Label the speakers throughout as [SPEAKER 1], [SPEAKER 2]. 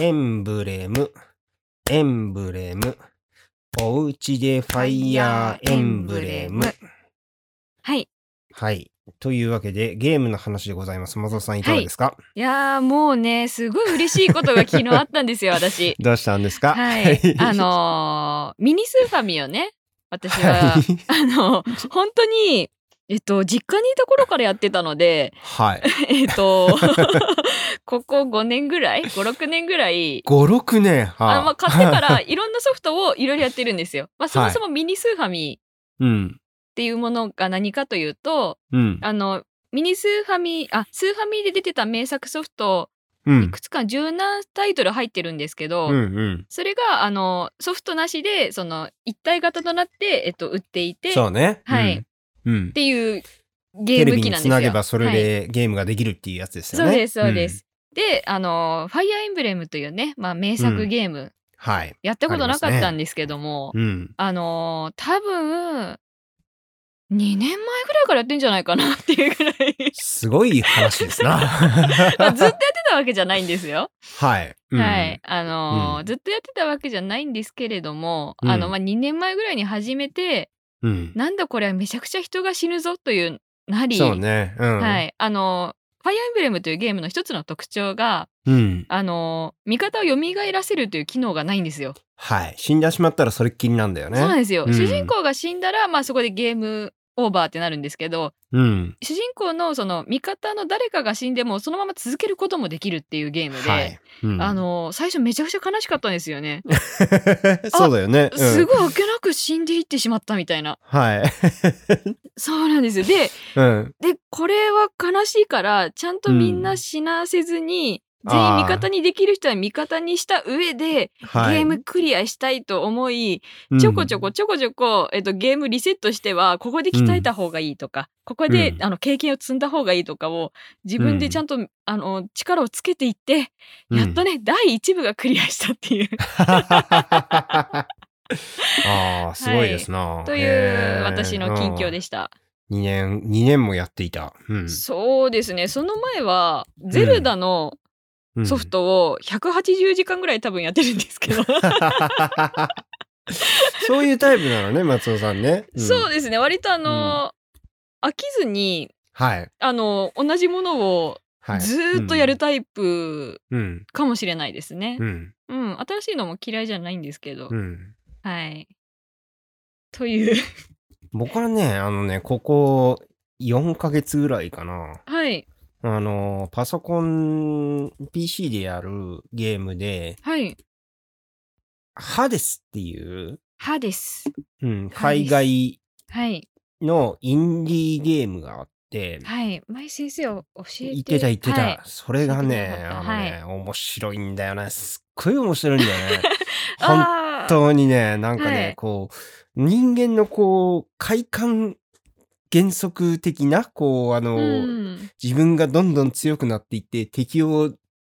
[SPEAKER 1] エンブレム、エンブレム。おうちでファイヤーエンブレム。
[SPEAKER 2] はい。
[SPEAKER 1] はい。というわけで、ゲームの話でございます。松尾さんいかがですか、
[SPEAKER 2] いやーもうね、すごい嬉しいことが昨日あったん ですよ、私。
[SPEAKER 1] どうしたんですか
[SPEAKER 2] はい。あ、のーミニスーファミをね、私は、
[SPEAKER 1] い。
[SPEAKER 2] あの、本当に、えっと、実家にいた頃からやってたので、
[SPEAKER 1] はい。
[SPEAKER 2] えっと、 ここ5年ぐらい ?5、6年ぐら
[SPEAKER 1] 5、
[SPEAKER 2] い、
[SPEAKER 1] 6年。はい
[SPEAKER 2] あまあ、買ってか。らいろんなソフトをいろいろやってるんですよ。まあ、そもそもミニスーファミ
[SPEAKER 1] うん。
[SPEAKER 2] っていうものが何かというと、
[SPEAKER 1] うん。
[SPEAKER 2] あの、ミニスーファミ、あ、スーファミで出てた名作ソフト、
[SPEAKER 1] う
[SPEAKER 2] い
[SPEAKER 1] ん。
[SPEAKER 2] くつか十何タイトル入ってるんですけど、
[SPEAKER 1] うん。うん。
[SPEAKER 2] それがあのソフトなしでその一体型となって、えっと、売っていて
[SPEAKER 1] そ
[SPEAKER 2] っ
[SPEAKER 1] うね。
[SPEAKER 2] はい
[SPEAKER 1] うん。うん。
[SPEAKER 2] ていうゲ
[SPEAKER 1] テ
[SPEAKER 2] ー
[SPEAKER 1] レ
[SPEAKER 2] ム
[SPEAKER 1] ビ
[SPEAKER 2] 機
[SPEAKER 1] に
[SPEAKER 2] なん
[SPEAKER 1] つ
[SPEAKER 2] ですよ。
[SPEAKER 1] なげばそれ
[SPEAKER 2] はい
[SPEAKER 1] でゲームができるっていうやつです
[SPEAKER 2] そ
[SPEAKER 1] よ
[SPEAKER 2] う
[SPEAKER 1] ね。
[SPEAKER 2] ですそうです
[SPEAKER 1] ん。。
[SPEAKER 2] であの「ファイアーエンブレム」というね、まあ、名作ゲーム、
[SPEAKER 1] はい。
[SPEAKER 2] やったことなか
[SPEAKER 1] ありま
[SPEAKER 2] っ
[SPEAKER 1] す
[SPEAKER 2] た
[SPEAKER 1] ね
[SPEAKER 2] んですけどもあ,、
[SPEAKER 1] うん。
[SPEAKER 2] の多分2年前ぐらいからやってんじゃないかなっていうぐらい
[SPEAKER 1] すごい話ですな。
[SPEAKER 2] まあず
[SPEAKER 1] は
[SPEAKER 2] っとやってたわけじゃないんですよ。
[SPEAKER 1] い。うん
[SPEAKER 2] はい。あのー
[SPEAKER 1] うん
[SPEAKER 2] ずっとやってたわけじゃないんですけれども、
[SPEAKER 1] うん
[SPEAKER 2] あのまあ、2年前ぐらいに始めて
[SPEAKER 1] うん。
[SPEAKER 2] なんだこれはめちゃくちゃ人が死ぬぞというなり、
[SPEAKER 1] そうね。うん。
[SPEAKER 2] はい、あのファイアーエンブレムというゲームの一つの特徴が
[SPEAKER 1] うん。
[SPEAKER 2] あの味方を蘇らせるという機能がないんですよ。
[SPEAKER 1] はい。死んでしまったらそれっきりなんだよね。
[SPEAKER 2] そうなんですよ、
[SPEAKER 1] うん
[SPEAKER 2] 主人公が死んだら、まあ、そこでゲームオーバーってなるんですけど
[SPEAKER 1] うん。
[SPEAKER 2] 主人公のその味方の誰かが死んでもそのまま続けることもできるっていうゲームで、
[SPEAKER 1] はい。うん
[SPEAKER 2] あ、 の最初めちゃくちゃ悲しかったんですよね。
[SPEAKER 1] そうだよね。うん
[SPEAKER 2] すごいあっけなく死んでいってしまったみたいな。
[SPEAKER 1] はい。
[SPEAKER 2] そうなんですよ。で、
[SPEAKER 1] うん。
[SPEAKER 2] で、これは悲しいから、ちゃんとみんな死なせずに、
[SPEAKER 1] うん
[SPEAKER 2] 全員
[SPEAKER 1] あー
[SPEAKER 2] 味方にできる人は味方にした上で、
[SPEAKER 1] はい。
[SPEAKER 2] ゲームクリアしたいと思い、
[SPEAKER 1] うん
[SPEAKER 2] ちょこちょこちょこちょこ、えっと、ゲームリセットしては、ここで鍛えた方がいいとか、ここで、
[SPEAKER 1] うん
[SPEAKER 2] あの、経験を積んだ方がいいとかを、自分でちゃんと、あの、力をつけていって、
[SPEAKER 1] うん
[SPEAKER 2] やっとね、第一部がクリアしたっていう、
[SPEAKER 1] ああ、すごいですな。
[SPEAKER 2] とい
[SPEAKER 1] へー
[SPEAKER 2] う、私の近況で
[SPEAKER 1] し
[SPEAKER 2] し
[SPEAKER 1] た。
[SPEAKER 2] た。
[SPEAKER 1] 2年、二年もやっていた。うん
[SPEAKER 2] そうですね、その前は、ゼルダの、
[SPEAKER 1] うん
[SPEAKER 2] ソフ。トを180時間ぐらい多分やってるんですけど、
[SPEAKER 1] そういうタイプなのね、松尾さんね。ん
[SPEAKER 2] そうですね割とあの、飽きずに
[SPEAKER 1] はい。
[SPEAKER 2] あの同じものを
[SPEAKER 1] はい。
[SPEAKER 2] ずーっとやるタイプ
[SPEAKER 1] うん。
[SPEAKER 2] かもしれないですね
[SPEAKER 1] う、ん。
[SPEAKER 2] うん新しいのも嫌いじゃないんですけど、
[SPEAKER 1] うん。
[SPEAKER 2] はいという
[SPEAKER 1] 僕はね、あのね、ここ4ヶ月ぐらいかな。
[SPEAKER 2] はい
[SPEAKER 1] あの、パソコン、PC でやるゲームで、
[SPEAKER 2] はい
[SPEAKER 1] ハデスっていう、
[SPEAKER 2] 歯です
[SPEAKER 1] うん、
[SPEAKER 2] ハデス
[SPEAKER 1] 海外
[SPEAKER 2] はい
[SPEAKER 1] のインディーゲームがあって、
[SPEAKER 2] はい前先生を教えて
[SPEAKER 1] 言ってた言ってた、
[SPEAKER 2] はい
[SPEAKER 1] それが
[SPEAKER 2] 教えて
[SPEAKER 1] ね
[SPEAKER 2] くださ
[SPEAKER 1] あ
[SPEAKER 2] った
[SPEAKER 1] のね、面白いんだよねすっごい面白いんだよね本
[SPEAKER 2] あー
[SPEAKER 1] 当にねなんかね、
[SPEAKER 2] はい
[SPEAKER 1] こう人間のこう快感原則的なこうあの、
[SPEAKER 2] うん
[SPEAKER 1] 自分がどんどん強くなっていって敵を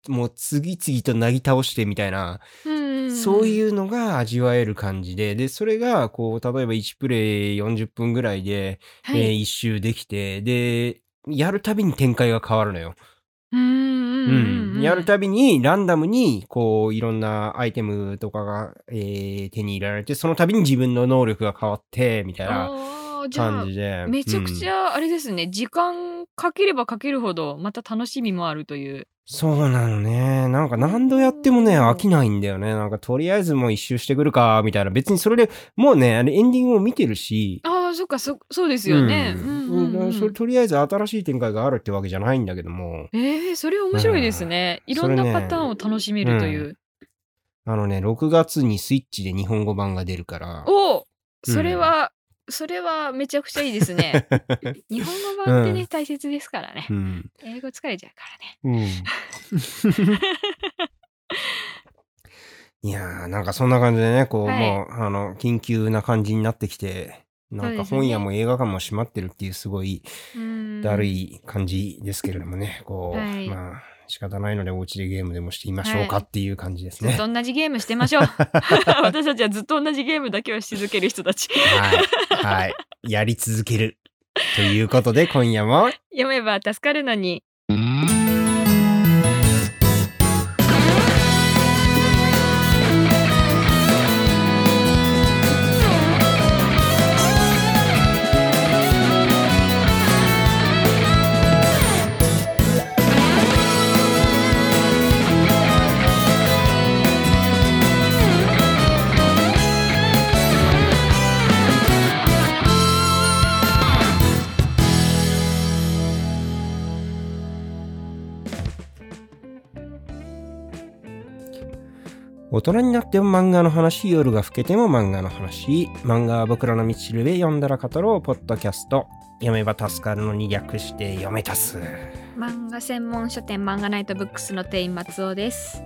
[SPEAKER 1] もう次々となぎ倒してみたいな、
[SPEAKER 2] うん
[SPEAKER 1] そう
[SPEAKER 2] う
[SPEAKER 1] い
[SPEAKER 2] ん
[SPEAKER 1] うのが味わえる感じででそれがこう例えば1プレイ40分ぐらいで、
[SPEAKER 2] はい、
[SPEAKER 1] えー一周できてでやるたびに展開が変わるのよ。
[SPEAKER 2] うんうんうんうん
[SPEAKER 1] やるたびにランダムにこういろんなアイテムとかが、えー手に入れられてそのたびに自分の能力が変わってみたいな
[SPEAKER 2] あーじゃあ
[SPEAKER 1] 感じで
[SPEAKER 2] めちゃくち
[SPEAKER 1] うん
[SPEAKER 2] ゃあれですね、時間かければかけるほどまた楽しみもあるという
[SPEAKER 1] そうなのねなんか何度やってもね
[SPEAKER 2] うん
[SPEAKER 1] 飽きないんだよねなんかとりあえずもう一周してくるかみたいな別にそれでもうねあれエンディングを見てるし
[SPEAKER 2] ああそっかそそうですよね、
[SPEAKER 1] う
[SPEAKER 2] うんんうんう
[SPEAKER 1] う
[SPEAKER 2] ん
[SPEAKER 1] んそれとりあえず新しい展開があるってわけじゃないんだけども
[SPEAKER 2] えー、それ面白いですね、
[SPEAKER 1] うん
[SPEAKER 2] いろん
[SPEAKER 1] それ
[SPEAKER 2] な
[SPEAKER 1] ね
[SPEAKER 2] パターンを楽しめるという、
[SPEAKER 1] あのね6月にスイッチで日本語版が出るから
[SPEAKER 2] おおそれは、それはめちゃくちゃいいで すね日本語版ってね、
[SPEAKER 1] う
[SPEAKER 2] 大切ですからね
[SPEAKER 1] うん
[SPEAKER 2] 英語疲れちゃうからね
[SPEAKER 1] うん、いやーなんかそんな感じでねこう、
[SPEAKER 2] はい
[SPEAKER 1] もうあの緊急な感じになってきてなん
[SPEAKER 2] そう
[SPEAKER 1] か
[SPEAKER 2] ですね
[SPEAKER 1] 本屋も映画館も閉まってるっていうすごいう
[SPEAKER 2] ーん
[SPEAKER 1] だるい感じですけれどもね、こう、
[SPEAKER 2] はい
[SPEAKER 1] まあ仕方ないのでお家でゲームでもしてみましょうか
[SPEAKER 2] はい
[SPEAKER 1] っていう感じです
[SPEAKER 2] ずっ
[SPEAKER 1] ね。
[SPEAKER 2] と同じゲームしてましょう 私たちはずっと同じゲームだけはし続ける人たち
[SPEAKER 1] はい、はい、やり続けるということで今夜も
[SPEAKER 2] 読めば助かるのに
[SPEAKER 1] 大人になっても漫画の話、夜が更けても漫画の話、漫画は僕らの道しるべ、読んだら語ろう、ポッドキャスト、読めば助かるのに略して読めたす。
[SPEAKER 2] 漫画専門書店漫画ナイトブックスの店員松尾です。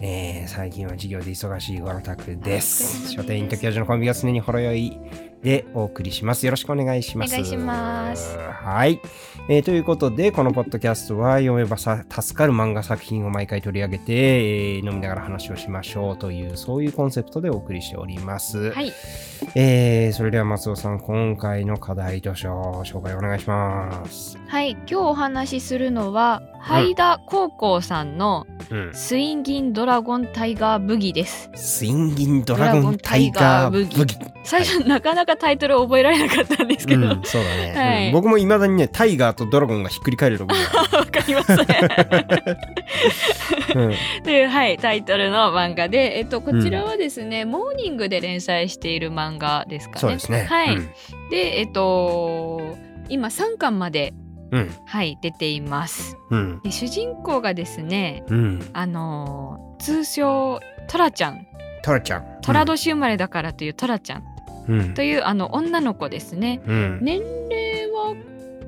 [SPEAKER 1] えー最近は授業で忙しいごのたくです。
[SPEAKER 2] あ
[SPEAKER 1] 書
[SPEAKER 2] お疲れ様です
[SPEAKER 1] 店員と教授のコンビが常にほろ酔いでお送りします。よろしくお願いします。
[SPEAKER 2] お願いします
[SPEAKER 1] はい、えーということで、このポッドキャストは読めばさ助かる漫画作品を毎回取り上げて、えー飲みながら話をしましょうという、そういうコンセプトでお送りしております。
[SPEAKER 2] はい。
[SPEAKER 1] えーそれでは松尾さん、今回の課題図書、紹介お願いします。
[SPEAKER 2] はい。今日お話しするのは、ハイダ高校さんの
[SPEAKER 1] うん。
[SPEAKER 2] スインギンドラゴンタイガーブギです。
[SPEAKER 1] スインギンドラゴンタイガーブギ。
[SPEAKER 2] ドラゴン最初、なかなかタイトル覚えられなかったんですけど、
[SPEAKER 1] う
[SPEAKER 2] わ、
[SPEAKER 1] ん、そうだね、
[SPEAKER 2] はい
[SPEAKER 1] うん僕もいまだにねタイガーとドラゴンがひっくり返ると思うよ、
[SPEAKER 2] かりません。
[SPEAKER 1] うん
[SPEAKER 2] という、はい、タイトルの漫画で、えっと、こちらはですね、モーニングで連載している漫画ですかね。
[SPEAKER 1] そうですね
[SPEAKER 2] はい。
[SPEAKER 1] うん
[SPEAKER 2] で、えっと、今3巻まで、
[SPEAKER 1] うん
[SPEAKER 2] はい、出ています。
[SPEAKER 1] うん
[SPEAKER 2] で主人公がですね、
[SPEAKER 1] うん
[SPEAKER 2] あのー通称トラちゃん、
[SPEAKER 1] トラちゃん
[SPEAKER 2] トラ年生まれだからというトラちゃん
[SPEAKER 1] うん
[SPEAKER 2] というあの女の子ですね。
[SPEAKER 1] うん、
[SPEAKER 2] 年齢は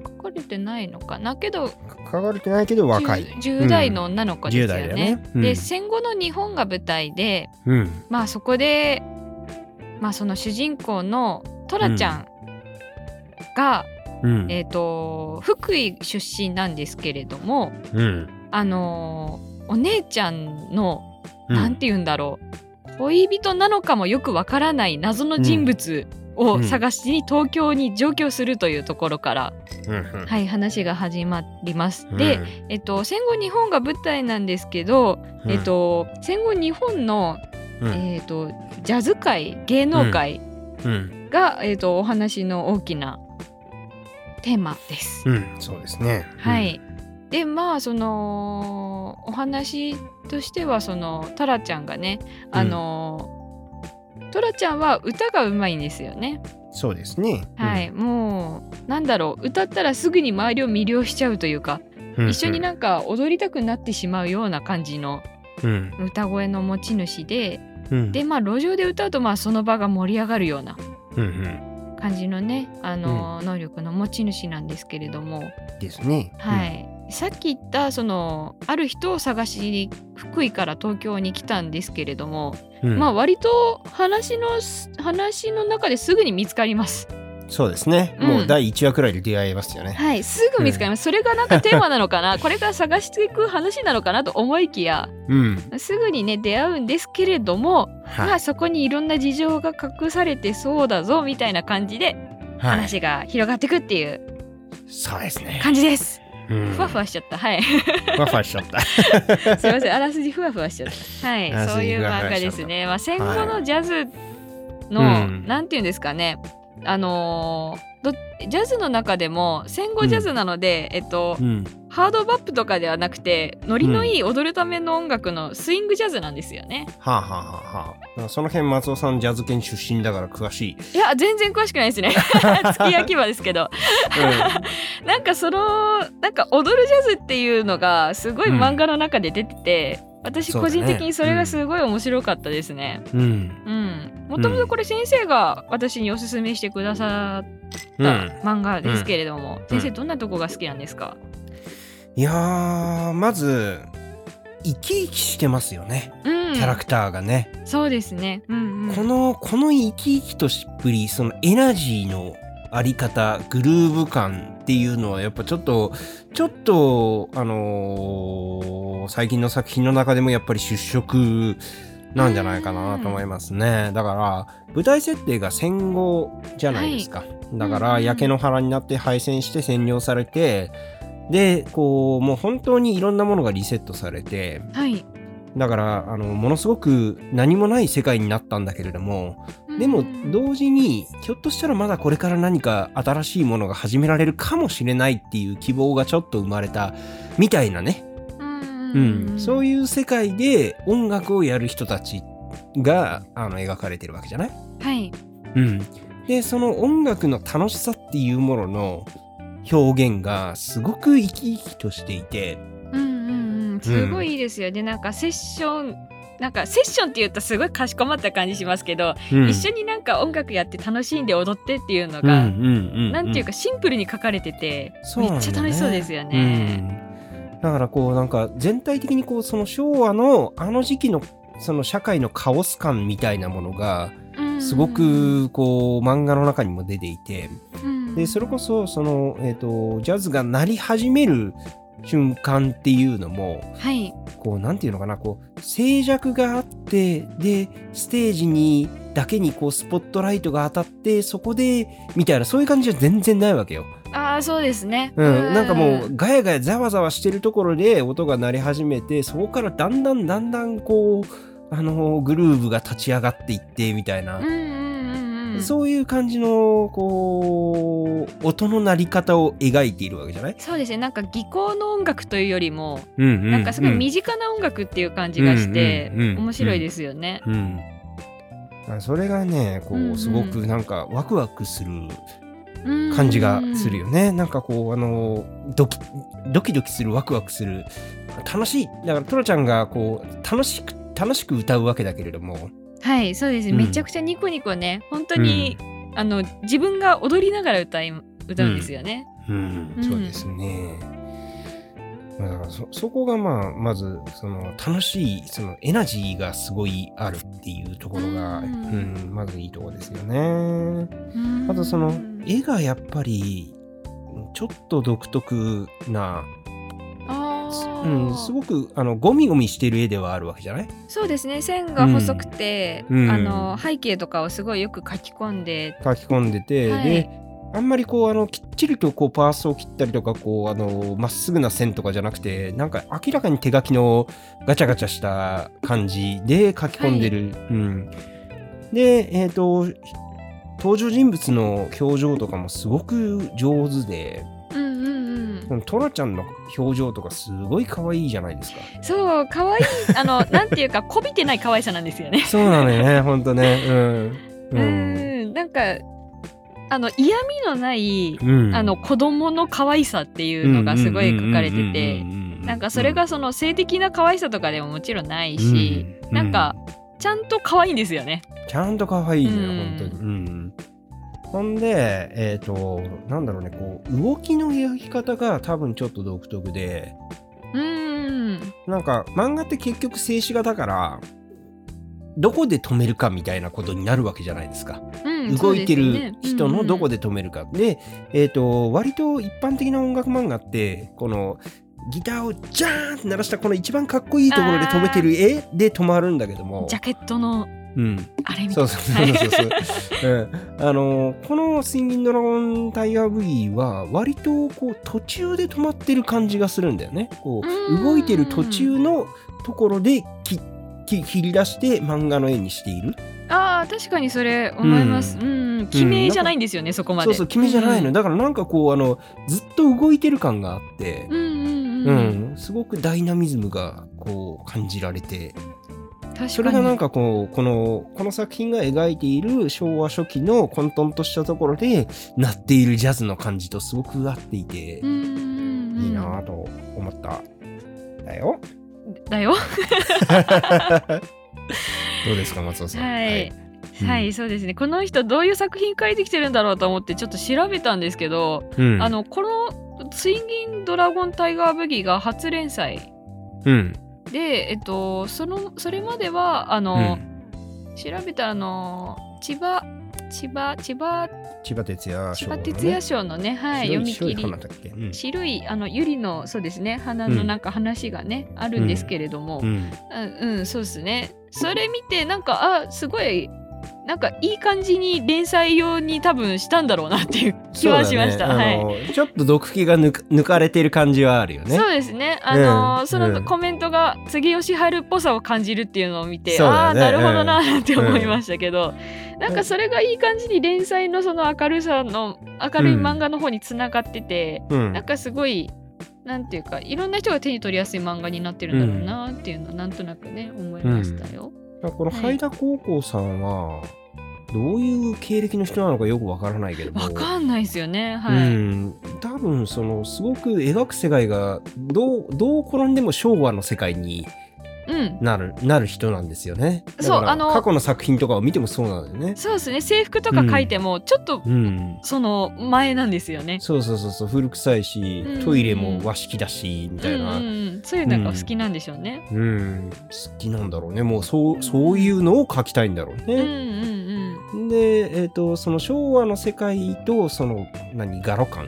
[SPEAKER 2] 書かれてないのかなけど
[SPEAKER 1] 書かれてないけど若い
[SPEAKER 2] 10, 10代の女の子ですよね。
[SPEAKER 1] うん10代だよねうん
[SPEAKER 2] で戦後の日本が舞台で、
[SPEAKER 1] うん
[SPEAKER 2] まあそこで、まあ、その主人公のトラちゃんが、
[SPEAKER 1] うん
[SPEAKER 2] えー、と福井出身なんですけれども
[SPEAKER 1] うん
[SPEAKER 2] あのーお姉ちゃんの
[SPEAKER 1] うん
[SPEAKER 2] 何て言うんだろう、恋人なのかもよくわからない謎の人物
[SPEAKER 1] う
[SPEAKER 2] を
[SPEAKER 1] ん
[SPEAKER 2] 探しに東京に上京するというところから、
[SPEAKER 1] うんうん
[SPEAKER 2] はい、話が始まります。
[SPEAKER 1] うん
[SPEAKER 2] で、えっと、戦後日本が舞台なんですけど、
[SPEAKER 1] うん
[SPEAKER 2] えっと、戦後日本の
[SPEAKER 1] うん
[SPEAKER 2] えー、とジャズ界芸能界
[SPEAKER 1] うん
[SPEAKER 2] が、えー、とお話の大きなテーマです。
[SPEAKER 1] うんそうですね
[SPEAKER 2] は、い、でまあそのお話としてはそのタラちゃんがねあの、トラちゃんは歌がうまいんですよね。
[SPEAKER 1] うんそうですね
[SPEAKER 2] はい、もうなんだろう歌ったらすぐに周りを魅了しちゃうというか、
[SPEAKER 1] うん
[SPEAKER 2] 一緒になんか踊りたくなってしまうような感じの
[SPEAKER 1] うん
[SPEAKER 2] 歌声の持ち主で、
[SPEAKER 1] うん
[SPEAKER 2] でまあ路上で歌うとまあその場が盛り上がるような
[SPEAKER 1] うんうん
[SPEAKER 2] 感じのね、あの能力の持ち主なんですけれども、
[SPEAKER 1] ですね
[SPEAKER 2] はいさっき言ったそのある人を探しに福井から東京に来たんですけれども、
[SPEAKER 1] うん
[SPEAKER 2] まあ割と話の話の中ですぐに見つかります。
[SPEAKER 1] そうですね
[SPEAKER 2] うん
[SPEAKER 1] もう第一話くらいで出会えますよね
[SPEAKER 2] はい、すぐ見つかります。それがなんかテーマなのかな、これから探していく話なのかなと思いきや、
[SPEAKER 1] うん
[SPEAKER 2] すぐにね出会うんですけれども、ま
[SPEAKER 1] は
[SPEAKER 2] あそこにいろんな事情が隠されてそうだぞみたいな感じで
[SPEAKER 1] い
[SPEAKER 2] 話が広がってくっていう
[SPEAKER 1] そうですね
[SPEAKER 2] 感じです。
[SPEAKER 1] うん
[SPEAKER 2] ふわふわしちゃった。はい。
[SPEAKER 1] ふわふわしちゃった
[SPEAKER 2] すみません、あらすじふわふわしちゃった。はい
[SPEAKER 1] あら、
[SPEAKER 2] そ
[SPEAKER 1] す
[SPEAKER 2] う
[SPEAKER 1] じ
[SPEAKER 2] いう
[SPEAKER 1] ふわふ
[SPEAKER 2] 漫
[SPEAKER 1] わ
[SPEAKER 2] 画
[SPEAKER 1] しちゃ
[SPEAKER 2] で
[SPEAKER 1] った
[SPEAKER 2] すね。まあ、戦後
[SPEAKER 1] は
[SPEAKER 2] のジャズの、
[SPEAKER 1] うん
[SPEAKER 2] なんていうんですかね。あのーどジャズの中でも戦後ジャズなので、えっと、
[SPEAKER 1] うん
[SPEAKER 2] ハードバップとかではなくてノリのいい踊るための音楽のスイングジャズなんですよね、
[SPEAKER 1] はあ、はあはあはあ、その辺松尾さんジャズ圏出身だから詳しい、
[SPEAKER 2] いや全然詳しくない ですね 月焼き場ですけどなんかそのなんか踊るジャズっていうのがすごい漫画の中で出てて、私
[SPEAKER 1] そうだ
[SPEAKER 2] 個
[SPEAKER 1] ね
[SPEAKER 2] 人的にそれがすごい面白かったですね
[SPEAKER 1] うんうん
[SPEAKER 2] うん、もともとこれ先生が私におすすめしてくださった
[SPEAKER 1] うん
[SPEAKER 2] 漫画ですけれども、
[SPEAKER 1] うん
[SPEAKER 2] 先生どんなとこが好きなんですか、
[SPEAKER 1] いやーまず生き生きしてますよね
[SPEAKER 2] うん、
[SPEAKER 1] キャラクターがね、
[SPEAKER 2] そうですね、うんうん、
[SPEAKER 1] このこの生き生きとしっぷりそのエナジーのあり方グルーヴ感っていうのはやっぱちょっとちょっとあのー最近の作品の中でもやっぱり出色なんじゃないかなと思いますねだから舞台設定が戦後じゃないですか、だか
[SPEAKER 2] うんう
[SPEAKER 1] ら
[SPEAKER 2] ん
[SPEAKER 1] 焼け野原になって敗戦して占領されてでこうもう本当にいろんなものがリセットされて
[SPEAKER 2] はい、
[SPEAKER 1] だからあのものすごく何もない世界になったんだけれどもでも
[SPEAKER 2] う
[SPEAKER 1] 同時にひょっとしたらまだこれから何か新しいものが始められるかもしれないっていう希望がちょっと生まれたみたいなね、うんそう
[SPEAKER 2] い
[SPEAKER 1] いう世界で音楽をやる人たちがあの描かれてるわけじゃない、
[SPEAKER 2] うん、はい、
[SPEAKER 1] うん、でその音楽の楽しさっていうものの表現がすごく生き生きとしていて、
[SPEAKER 2] うんうんうん、すごいいいですよね、なんかセッションなんかセッションっていうとすごいかしこまった感じしますけど、
[SPEAKER 1] うん
[SPEAKER 2] 一緒になんか音楽やって楽しんで踊ってっていうの
[SPEAKER 1] うん
[SPEAKER 2] が、
[SPEAKER 1] うんうんうん
[SPEAKER 2] なんていうかシンプルに書かれてて、
[SPEAKER 1] そうなんだ
[SPEAKER 2] めっ
[SPEAKER 1] ね
[SPEAKER 2] ちゃ楽しそうですよね。
[SPEAKER 1] うん、だからこうなんか全体的にこうその昭和のあの時期のその社会のカオス感みたいなものが
[SPEAKER 2] うん
[SPEAKER 1] すご、くこう漫画の中にも出ていて
[SPEAKER 2] うん
[SPEAKER 1] でそれこそその、えー、とジャズが鳴り始める瞬間っていうのも
[SPEAKER 2] はい、
[SPEAKER 1] こうなんていうのかなこう静寂があってでステージにだけにこうスポットライトが当たってそこでみたいなそういう感じじゃ全然ないわけよ。
[SPEAKER 2] ああそうですね。
[SPEAKER 1] うん、なんかもうガヤガヤざわざわしてるところで音が鳴り始めてそこからだんだんだんだんこう、あのーグルーブが立ち上がっていってみたいな
[SPEAKER 2] うん、うんうんうん、そう
[SPEAKER 1] そういう感じのこう音の鳴り方を描いているわけじゃない、
[SPEAKER 2] そうですねなんか技巧の音楽というよりも、
[SPEAKER 1] うんうん
[SPEAKER 2] なんかすごい身近な音楽っていう感じがして、
[SPEAKER 1] うんうんうん
[SPEAKER 2] 面白いですよね。
[SPEAKER 1] うんあそれがねこ
[SPEAKER 2] うんうん
[SPEAKER 1] うすごくなんかワクワクする
[SPEAKER 2] うん
[SPEAKER 1] 感じがするよね、なんかこうあのドキドキドキするワクワクする楽しいだからトラちゃんがこう楽しく楽しく歌うわけだけれども
[SPEAKER 2] はいそうですね、
[SPEAKER 1] うん
[SPEAKER 2] めちゃくちゃニコニコね本当に、あの自分が踊りながら歌い歌うんですよね。
[SPEAKER 1] うん
[SPEAKER 2] うん
[SPEAKER 1] そうですね、まあだからそそこがまあまずその楽しいそのエナジーがすごいあるっていうところが、
[SPEAKER 2] う
[SPEAKER 1] うんんまずいいところですよね
[SPEAKER 2] うん
[SPEAKER 1] あとその
[SPEAKER 2] え
[SPEAKER 1] 絵がやっぱりちょっと独特な、
[SPEAKER 2] あ
[SPEAKER 1] う
[SPEAKER 2] ー
[SPEAKER 1] ん、すごくあのゴミゴミしてる絵ではあるわけじゃない
[SPEAKER 2] そうですね線が細くて、
[SPEAKER 1] うん
[SPEAKER 2] あの背景とかをすごいよく書き込んで、
[SPEAKER 1] 書き込んでて、
[SPEAKER 2] はい
[SPEAKER 1] であんまりこうあのきっちりとこうパースを切ったりとかこうあのまっすぐな線とかじゃなくてなんか明らかに手書きのガチャガチャした感じで書き込んでる、うん、でえっ、と登場人物の表情とかもすごく上手で
[SPEAKER 2] うんうんうん、
[SPEAKER 1] トラちゃんの表情とかすごい可愛いじゃないですか
[SPEAKER 2] そう可愛い あのなんていうかこびてない可愛さなんですよね。
[SPEAKER 1] そうなのよ ねほんとね
[SPEAKER 2] う
[SPEAKER 1] うんうん、
[SPEAKER 2] んなんかあの嫌味のない、
[SPEAKER 1] うん、
[SPEAKER 2] あの子供の可愛さっていうのがすごい書かれててなんかそれ
[SPEAKER 1] が
[SPEAKER 2] がその性的な可愛さとかでももちろんないし、
[SPEAKER 1] うん
[SPEAKER 2] なんかちゃんと可愛いんですよね。
[SPEAKER 1] ちゃんと可愛いのよ、
[SPEAKER 2] うん
[SPEAKER 1] 本当に。うんほんで、えっ、と、なんだろうね、こう、動きの描き方が多分ちょっと独特で、
[SPEAKER 2] うん
[SPEAKER 1] なんか、漫画って結局静止画だから、どこで止めるかみたいなことになるわけじゃないですか。
[SPEAKER 2] うん、
[SPEAKER 1] 動いて
[SPEAKER 2] そうですよ
[SPEAKER 1] る
[SPEAKER 2] ね
[SPEAKER 1] 人のどこ
[SPEAKER 2] で、
[SPEAKER 1] で止めるか。で、えっ、と、割と一般的な音楽漫画って、この、ギターをジャーンって鳴らしたこの一番かっこいいところで止めてる絵で止まるんだけど
[SPEAKER 2] うんうん
[SPEAKER 1] も
[SPEAKER 2] ジ、ャケットの
[SPEAKER 1] うん、
[SPEAKER 2] あれみた
[SPEAKER 1] そ
[SPEAKER 2] いうな。
[SPEAKER 1] そうそうそうそう。うん、あのーこの「スインギンドラゴンタイガー V」は割とこう途中で止まってる感じがするんだよね。こ
[SPEAKER 2] う
[SPEAKER 1] うん動いてる途中のところできき切り出して漫画の絵にしている。
[SPEAKER 2] あー確かにそれ思います。うん、うん、決めじゃないんですよね、そこまで。
[SPEAKER 1] そうそう決めじゃないの。
[SPEAKER 2] うん
[SPEAKER 1] だからなんかこうあのずっと動いてる感があって
[SPEAKER 2] う、んうん
[SPEAKER 1] う
[SPEAKER 2] うんん、
[SPEAKER 1] すごくダイナミズムがこう感じられて
[SPEAKER 2] 確かに
[SPEAKER 1] それがなんかこうこのこの作品が描いている昭和初期の混沌としたところで鳴っているジャズの感じとすごく合っていて、
[SPEAKER 2] うんうんうん
[SPEAKER 1] いいなぁと思ったんだよ。
[SPEAKER 2] だよ。
[SPEAKER 1] どうですか松尾さん。
[SPEAKER 2] はい。
[SPEAKER 1] うん
[SPEAKER 2] はい、そうですね。この人どういう作品書いてきてるんだろうと思ってちょっと調べたんですけど、
[SPEAKER 1] うん、
[SPEAKER 2] あのこの「水銀ドラゴンタイガーブギ」が初連載
[SPEAKER 1] うん、
[SPEAKER 2] で、えっと、そのそれまではあ
[SPEAKER 1] う
[SPEAKER 2] の、
[SPEAKER 1] ん、
[SPEAKER 2] 調べたあの千葉千葉千葉
[SPEAKER 1] 千葉哲也
[SPEAKER 2] 千
[SPEAKER 1] 賞の
[SPEAKER 2] 葉
[SPEAKER 1] ね
[SPEAKER 2] 哲也賞のね、はい、読み
[SPEAKER 1] 白い白い
[SPEAKER 2] 切り
[SPEAKER 1] 花だっけ、うん
[SPEAKER 2] 白いあのゆりのそうですね花のなんか話がね、あるんですけれども、
[SPEAKER 1] うん
[SPEAKER 2] うん、うん、そうですね。それ見て、なんか、あ、すごい。なんかいい感じに連載用に多分したんだろうなっていう気はしました。
[SPEAKER 1] そうだ
[SPEAKER 2] は
[SPEAKER 1] ね
[SPEAKER 2] い。
[SPEAKER 1] あのちょっと毒気が抜か抜かれてる感じはあるよね。
[SPEAKER 2] そうですね。あのー
[SPEAKER 1] うん
[SPEAKER 2] そうの
[SPEAKER 1] ん
[SPEAKER 2] コメントが杉義春っぽさを感じるっていうのを見て、
[SPEAKER 1] そうだよね
[SPEAKER 2] ああなるほどな
[SPEAKER 1] う
[SPEAKER 2] って思いましたけど、なんかそれがいい感じに連載のその明るさの明るい漫画の方につながってて、
[SPEAKER 1] うん
[SPEAKER 2] なんかすごいなんていうかいろんな人が手に取りやすい漫画になってるんだろうなっていうのはなんとなくね思いましたよ。
[SPEAKER 1] まあこのハイダ高校さんはどういう経歴の人なのかよくわからないけれども
[SPEAKER 2] わかんないですよね。はい。
[SPEAKER 1] うん、多分そのすごく描く世界がどうどう転んでも昭和の世界に
[SPEAKER 2] うん
[SPEAKER 1] なるなる人なんですよね。だ
[SPEAKER 2] そう
[SPEAKER 1] から
[SPEAKER 2] あの
[SPEAKER 1] 過去の作品とかを見てもそうなんだよね。
[SPEAKER 2] そうですね制服とか書いてもちょっと
[SPEAKER 1] うん、
[SPEAKER 2] その前なんですよね。
[SPEAKER 1] そうそうそうそう古臭いし
[SPEAKER 2] うん
[SPEAKER 1] トイレも和式だしみ
[SPEAKER 2] う
[SPEAKER 1] た
[SPEAKER 2] んう
[SPEAKER 1] い
[SPEAKER 2] ん
[SPEAKER 1] な、
[SPEAKER 2] うん、そういうのがお好きなんでしょうね。
[SPEAKER 1] うん、好きなんだろうねもうそうそういうのを描きたいんだろう
[SPEAKER 2] うんうん
[SPEAKER 1] ね。
[SPEAKER 2] うん
[SPEAKER 1] で、えー、とその昭和の世界とその何ガロ感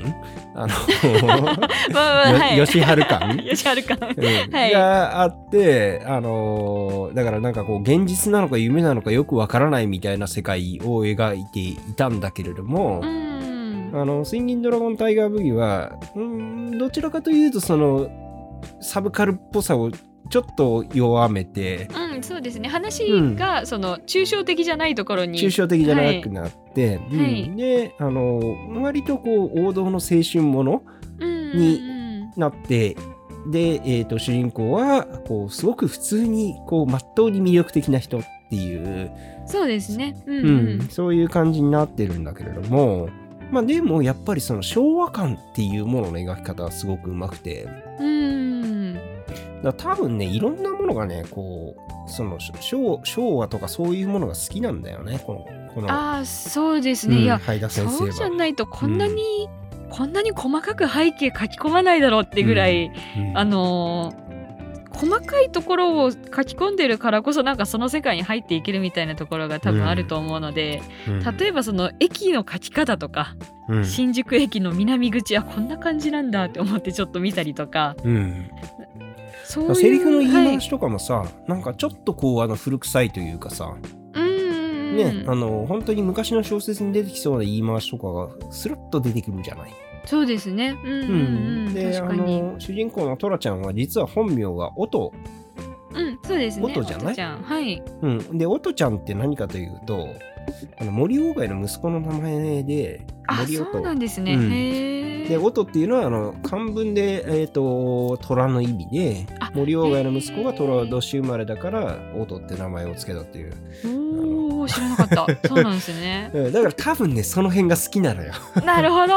[SPEAKER 1] あ
[SPEAKER 2] まあまあ は
[SPEAKER 1] の
[SPEAKER 2] い
[SPEAKER 1] よ吉春感
[SPEAKER 2] よしはる かん。
[SPEAKER 1] うん
[SPEAKER 2] はい
[SPEAKER 1] があって、あのーだからなんかこう現実なのか夢なのかよくわからないみたいな世界を描いていたんだけれども、
[SPEAKER 2] うん。
[SPEAKER 1] あの「水銀ドラゴンタイガーブギ」はうーんどちらかというとそのサブカルっぽさをちょっと弱めて
[SPEAKER 2] うん、そうですね話が、その抽象的じゃないところに
[SPEAKER 1] 抽象的じゃなくなって、うん
[SPEAKER 2] はい
[SPEAKER 1] で、あのー割とこう王道の青春ものに
[SPEAKER 2] に
[SPEAKER 1] なってで、えー、と主人公はこうすごく普通にこう真っ当に魅力的な人っていう、
[SPEAKER 2] そうですねうん
[SPEAKER 1] う
[SPEAKER 2] うんん
[SPEAKER 1] そういう感じになってるんだけれども、まあ、でもやっぱりその昭和感っていうものの描き方はすごくうまくて
[SPEAKER 2] うん
[SPEAKER 1] だから多分ねいろんなものがねこうその昭昭和とかそういうものが好きなんだよねこのこの
[SPEAKER 2] ああそうです
[SPEAKER 1] うん
[SPEAKER 2] ねいや
[SPEAKER 1] 灰田先生
[SPEAKER 2] そうじゃ
[SPEAKER 1] は。
[SPEAKER 2] ないとこんなにこんなに細かく背景書き込まないだろうってぐらい
[SPEAKER 1] うん
[SPEAKER 2] あのー細かいところを書き込んでるからこそなんかその世界に入っていけるみたいなところが多分あると思うので、
[SPEAKER 1] うん
[SPEAKER 2] 例えばその駅の書き方とか、
[SPEAKER 1] うん
[SPEAKER 2] 新宿駅の南口はこんな感じなんだって思ってちょっと見たりとか
[SPEAKER 1] うん
[SPEAKER 2] そ
[SPEAKER 1] だから
[SPEAKER 2] ういう
[SPEAKER 1] セリフの言い
[SPEAKER 2] は
[SPEAKER 1] 回
[SPEAKER 2] い
[SPEAKER 1] しとかもさ、なんかちょっとこうあの古臭いというかさ、
[SPEAKER 2] うんうんうん
[SPEAKER 1] ね、あの本当に昔の小説に出てきそうな言い回しとかがスルッと出てくるじゃない。
[SPEAKER 2] そうですね。うんうんうん、
[SPEAKER 1] で
[SPEAKER 2] 確かに。
[SPEAKER 1] あの主人公のトラちゃんは実は本名が音、
[SPEAKER 2] うん、そうですね。
[SPEAKER 1] 音じゃない
[SPEAKER 2] 音ちゃんはい。
[SPEAKER 1] うん、で音ちゃんって何かというとあの森鴎外の息子の名前で
[SPEAKER 2] あ、
[SPEAKER 1] 森
[SPEAKER 2] そうな
[SPEAKER 1] 音
[SPEAKER 2] んですね。
[SPEAKER 1] うん
[SPEAKER 2] へえ。
[SPEAKER 1] で音っていうのはあの漢文で、えー、と虎の意味で
[SPEAKER 2] あ
[SPEAKER 1] 森鴎外の息子が虎年生まれだから音って名前を付けたっていう
[SPEAKER 2] おお、知らなか った。そうなんですね。
[SPEAKER 1] うんだから多分ねその辺が好きな のよ
[SPEAKER 2] なるほど。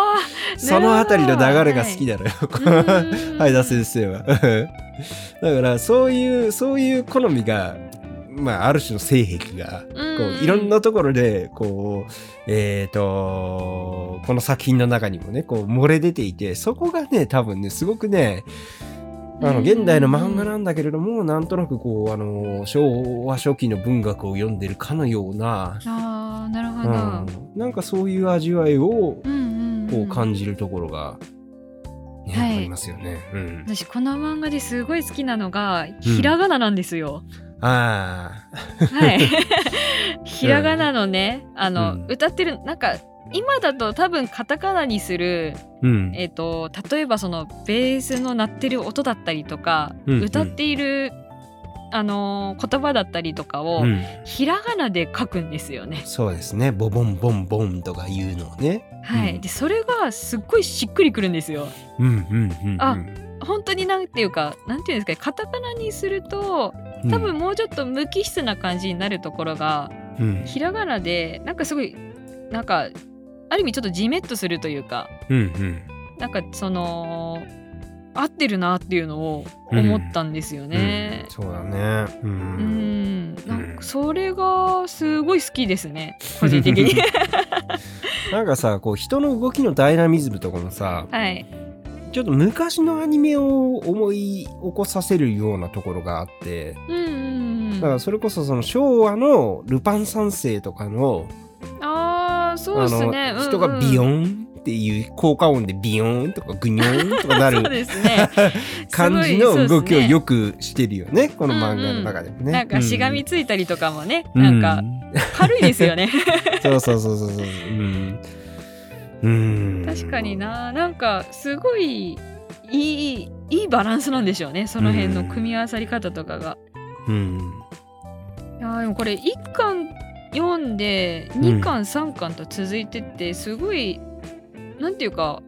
[SPEAKER 1] その辺りの流れが好きなのよ、はい、田先生 は。だから、そういう、そういう好みが、まあ、ある種の性癖が、
[SPEAKER 2] 生
[SPEAKER 1] こう、いろん。なところで、こう、えっ、と、この作品の中にもね、こう、漏れ出ていて、そこがね、多分ね、すごくね、あの、
[SPEAKER 2] うん
[SPEAKER 1] 現代の漫画なんだけれども、なんとなくこう、あの、昭和初期の文学を読んでるかのような、
[SPEAKER 2] ああ、なる
[SPEAKER 1] う
[SPEAKER 2] ほ
[SPEAKER 1] ん
[SPEAKER 2] ど。、
[SPEAKER 1] なんかそういう味わいを、
[SPEAKER 2] うんうん、
[SPEAKER 1] こう感
[SPEAKER 2] じ。
[SPEAKER 1] じるところが、ね
[SPEAKER 2] はい
[SPEAKER 1] ありますよね。うん、
[SPEAKER 2] 私この漫画ですごい好きなのがひらがななんで すよ。
[SPEAKER 1] ああ、
[SPEAKER 2] はい。 ひらがなのね、あの、
[SPEAKER 1] うん
[SPEAKER 2] 歌ってるなんか今だと多分カタカナにする
[SPEAKER 1] うん、
[SPEAKER 2] えっと例えばそのベースの鳴ってる音だったりとか、
[SPEAKER 1] うんうん
[SPEAKER 2] 歌っている、あのー言葉だったりとかを、
[SPEAKER 1] うん、
[SPEAKER 2] ひらがなで書くんですよね。
[SPEAKER 1] そうですね。ボボンボンボンとかいうのをね。
[SPEAKER 2] はい、
[SPEAKER 1] うん
[SPEAKER 2] でそれがすっごいしっくりくるんですよ。
[SPEAKER 1] うんうんうんうん。
[SPEAKER 2] あ本当になんていうかなんていうんですかカタカナにすると
[SPEAKER 1] うん
[SPEAKER 2] 多分もうちょっと無機質な感じになるところが、
[SPEAKER 1] うん
[SPEAKER 2] ひらがなでなんかすごいなんかある意味ちょっとジメッとするというか
[SPEAKER 1] うんうん
[SPEAKER 2] なんかその合ってるなっていうのを思ったんですよね。
[SPEAKER 1] そうだね。う。
[SPEAKER 2] うんん、なん
[SPEAKER 1] うん
[SPEAKER 2] かそれがすごい好きですね個人的 に。
[SPEAKER 1] なんかさ、こう人の動きのダイナミズムとかもさ、
[SPEAKER 2] はい、
[SPEAKER 1] ちょっと昔のアニメを思い起こさせるようなところがあって、
[SPEAKER 2] うんうんうん
[SPEAKER 1] だからそれこそその昭和のルパン三世とかの、
[SPEAKER 2] ああそうですね。
[SPEAKER 1] あ
[SPEAKER 2] うんう
[SPEAKER 1] の
[SPEAKER 2] ん
[SPEAKER 1] 人がビヨンっていう効果音でビヨンとかグニョンとかな
[SPEAKER 2] そう
[SPEAKER 1] る
[SPEAKER 2] ですね。
[SPEAKER 1] 感じの動きをよ
[SPEAKER 2] く、
[SPEAKER 1] くしてるよねこの漫画の中でもね。
[SPEAKER 2] なんかしがみついたりとかもね、なんか
[SPEAKER 1] か、
[SPEAKER 2] 軽いです よね。
[SPEAKER 1] そうそうそうそうそう。うん。うん、
[SPEAKER 2] 確かに。ななんかすごいいいいいバランスなんでしょうねその辺の組み合わさり方とかが。
[SPEAKER 1] うん。
[SPEAKER 2] いやーでもこれ1巻読んで
[SPEAKER 1] ん
[SPEAKER 2] 2巻3巻と続いてってすごい、なんていうか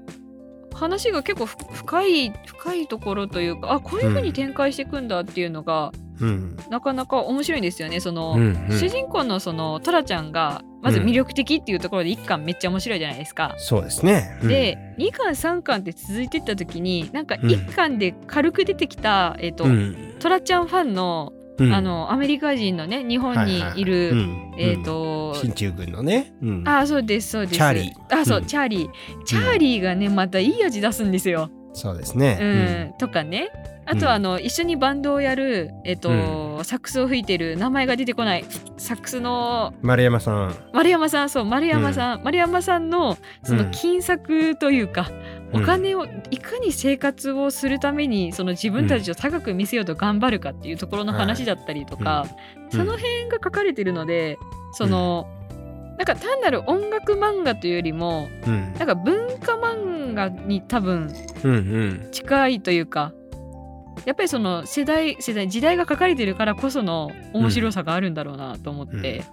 [SPEAKER 2] 話が結構ふ深い深いところというかあこういう風に展開していくんだっていうのが、
[SPEAKER 1] うん。
[SPEAKER 2] なかなか面白いんですよねその、
[SPEAKER 1] うんうん
[SPEAKER 2] 主人公のそのトラちゃんがまず魅力的っていうところで1巻めっちゃ面白いじゃないですか。
[SPEAKER 1] そうですね。うん
[SPEAKER 2] で、2巻3巻って続いてった時になんか
[SPEAKER 1] うん
[SPEAKER 2] 1巻で軽く出てきた、えっと
[SPEAKER 1] うん。
[SPEAKER 2] トラちゃんファンの
[SPEAKER 1] うん
[SPEAKER 2] あのアメリカ人のね日本にい
[SPEAKER 1] はい
[SPEAKER 2] る、
[SPEAKER 1] はいはいうん
[SPEAKER 2] えっ、
[SPEAKER 1] うん
[SPEAKER 2] と、
[SPEAKER 1] 進駐軍のね、うん、
[SPEAKER 2] あーそうですそうです
[SPEAKER 1] チャーリー
[SPEAKER 2] あそう、
[SPEAKER 1] うん
[SPEAKER 2] チャーリーチャーリーがねまたいい味出すんですよ、
[SPEAKER 1] そうです
[SPEAKER 2] うん
[SPEAKER 1] ね、
[SPEAKER 2] とかねあとはあの一緒にバンドをやる、えっとサックスを吹いてる名前が出てこないサックスの
[SPEAKER 1] うん丸山さん、
[SPEAKER 2] 丸山さんそう丸山さん、丸山さんのそうの
[SPEAKER 1] ん
[SPEAKER 2] 金策というか、
[SPEAKER 1] うん
[SPEAKER 2] お金をいかに生活をするためにその自分たちを高く見せようと頑張るかっていうところの話だったりとか、
[SPEAKER 1] うん
[SPEAKER 2] その辺が書かれてるのでその、なんか単なる音楽漫画というよりも
[SPEAKER 1] うん
[SPEAKER 2] なんか文化漫画に多分
[SPEAKER 1] うんうん
[SPEAKER 2] 近いというかやっぱりその世代世代時代が書かれてるからこその面白さがあるんだろうなと思って、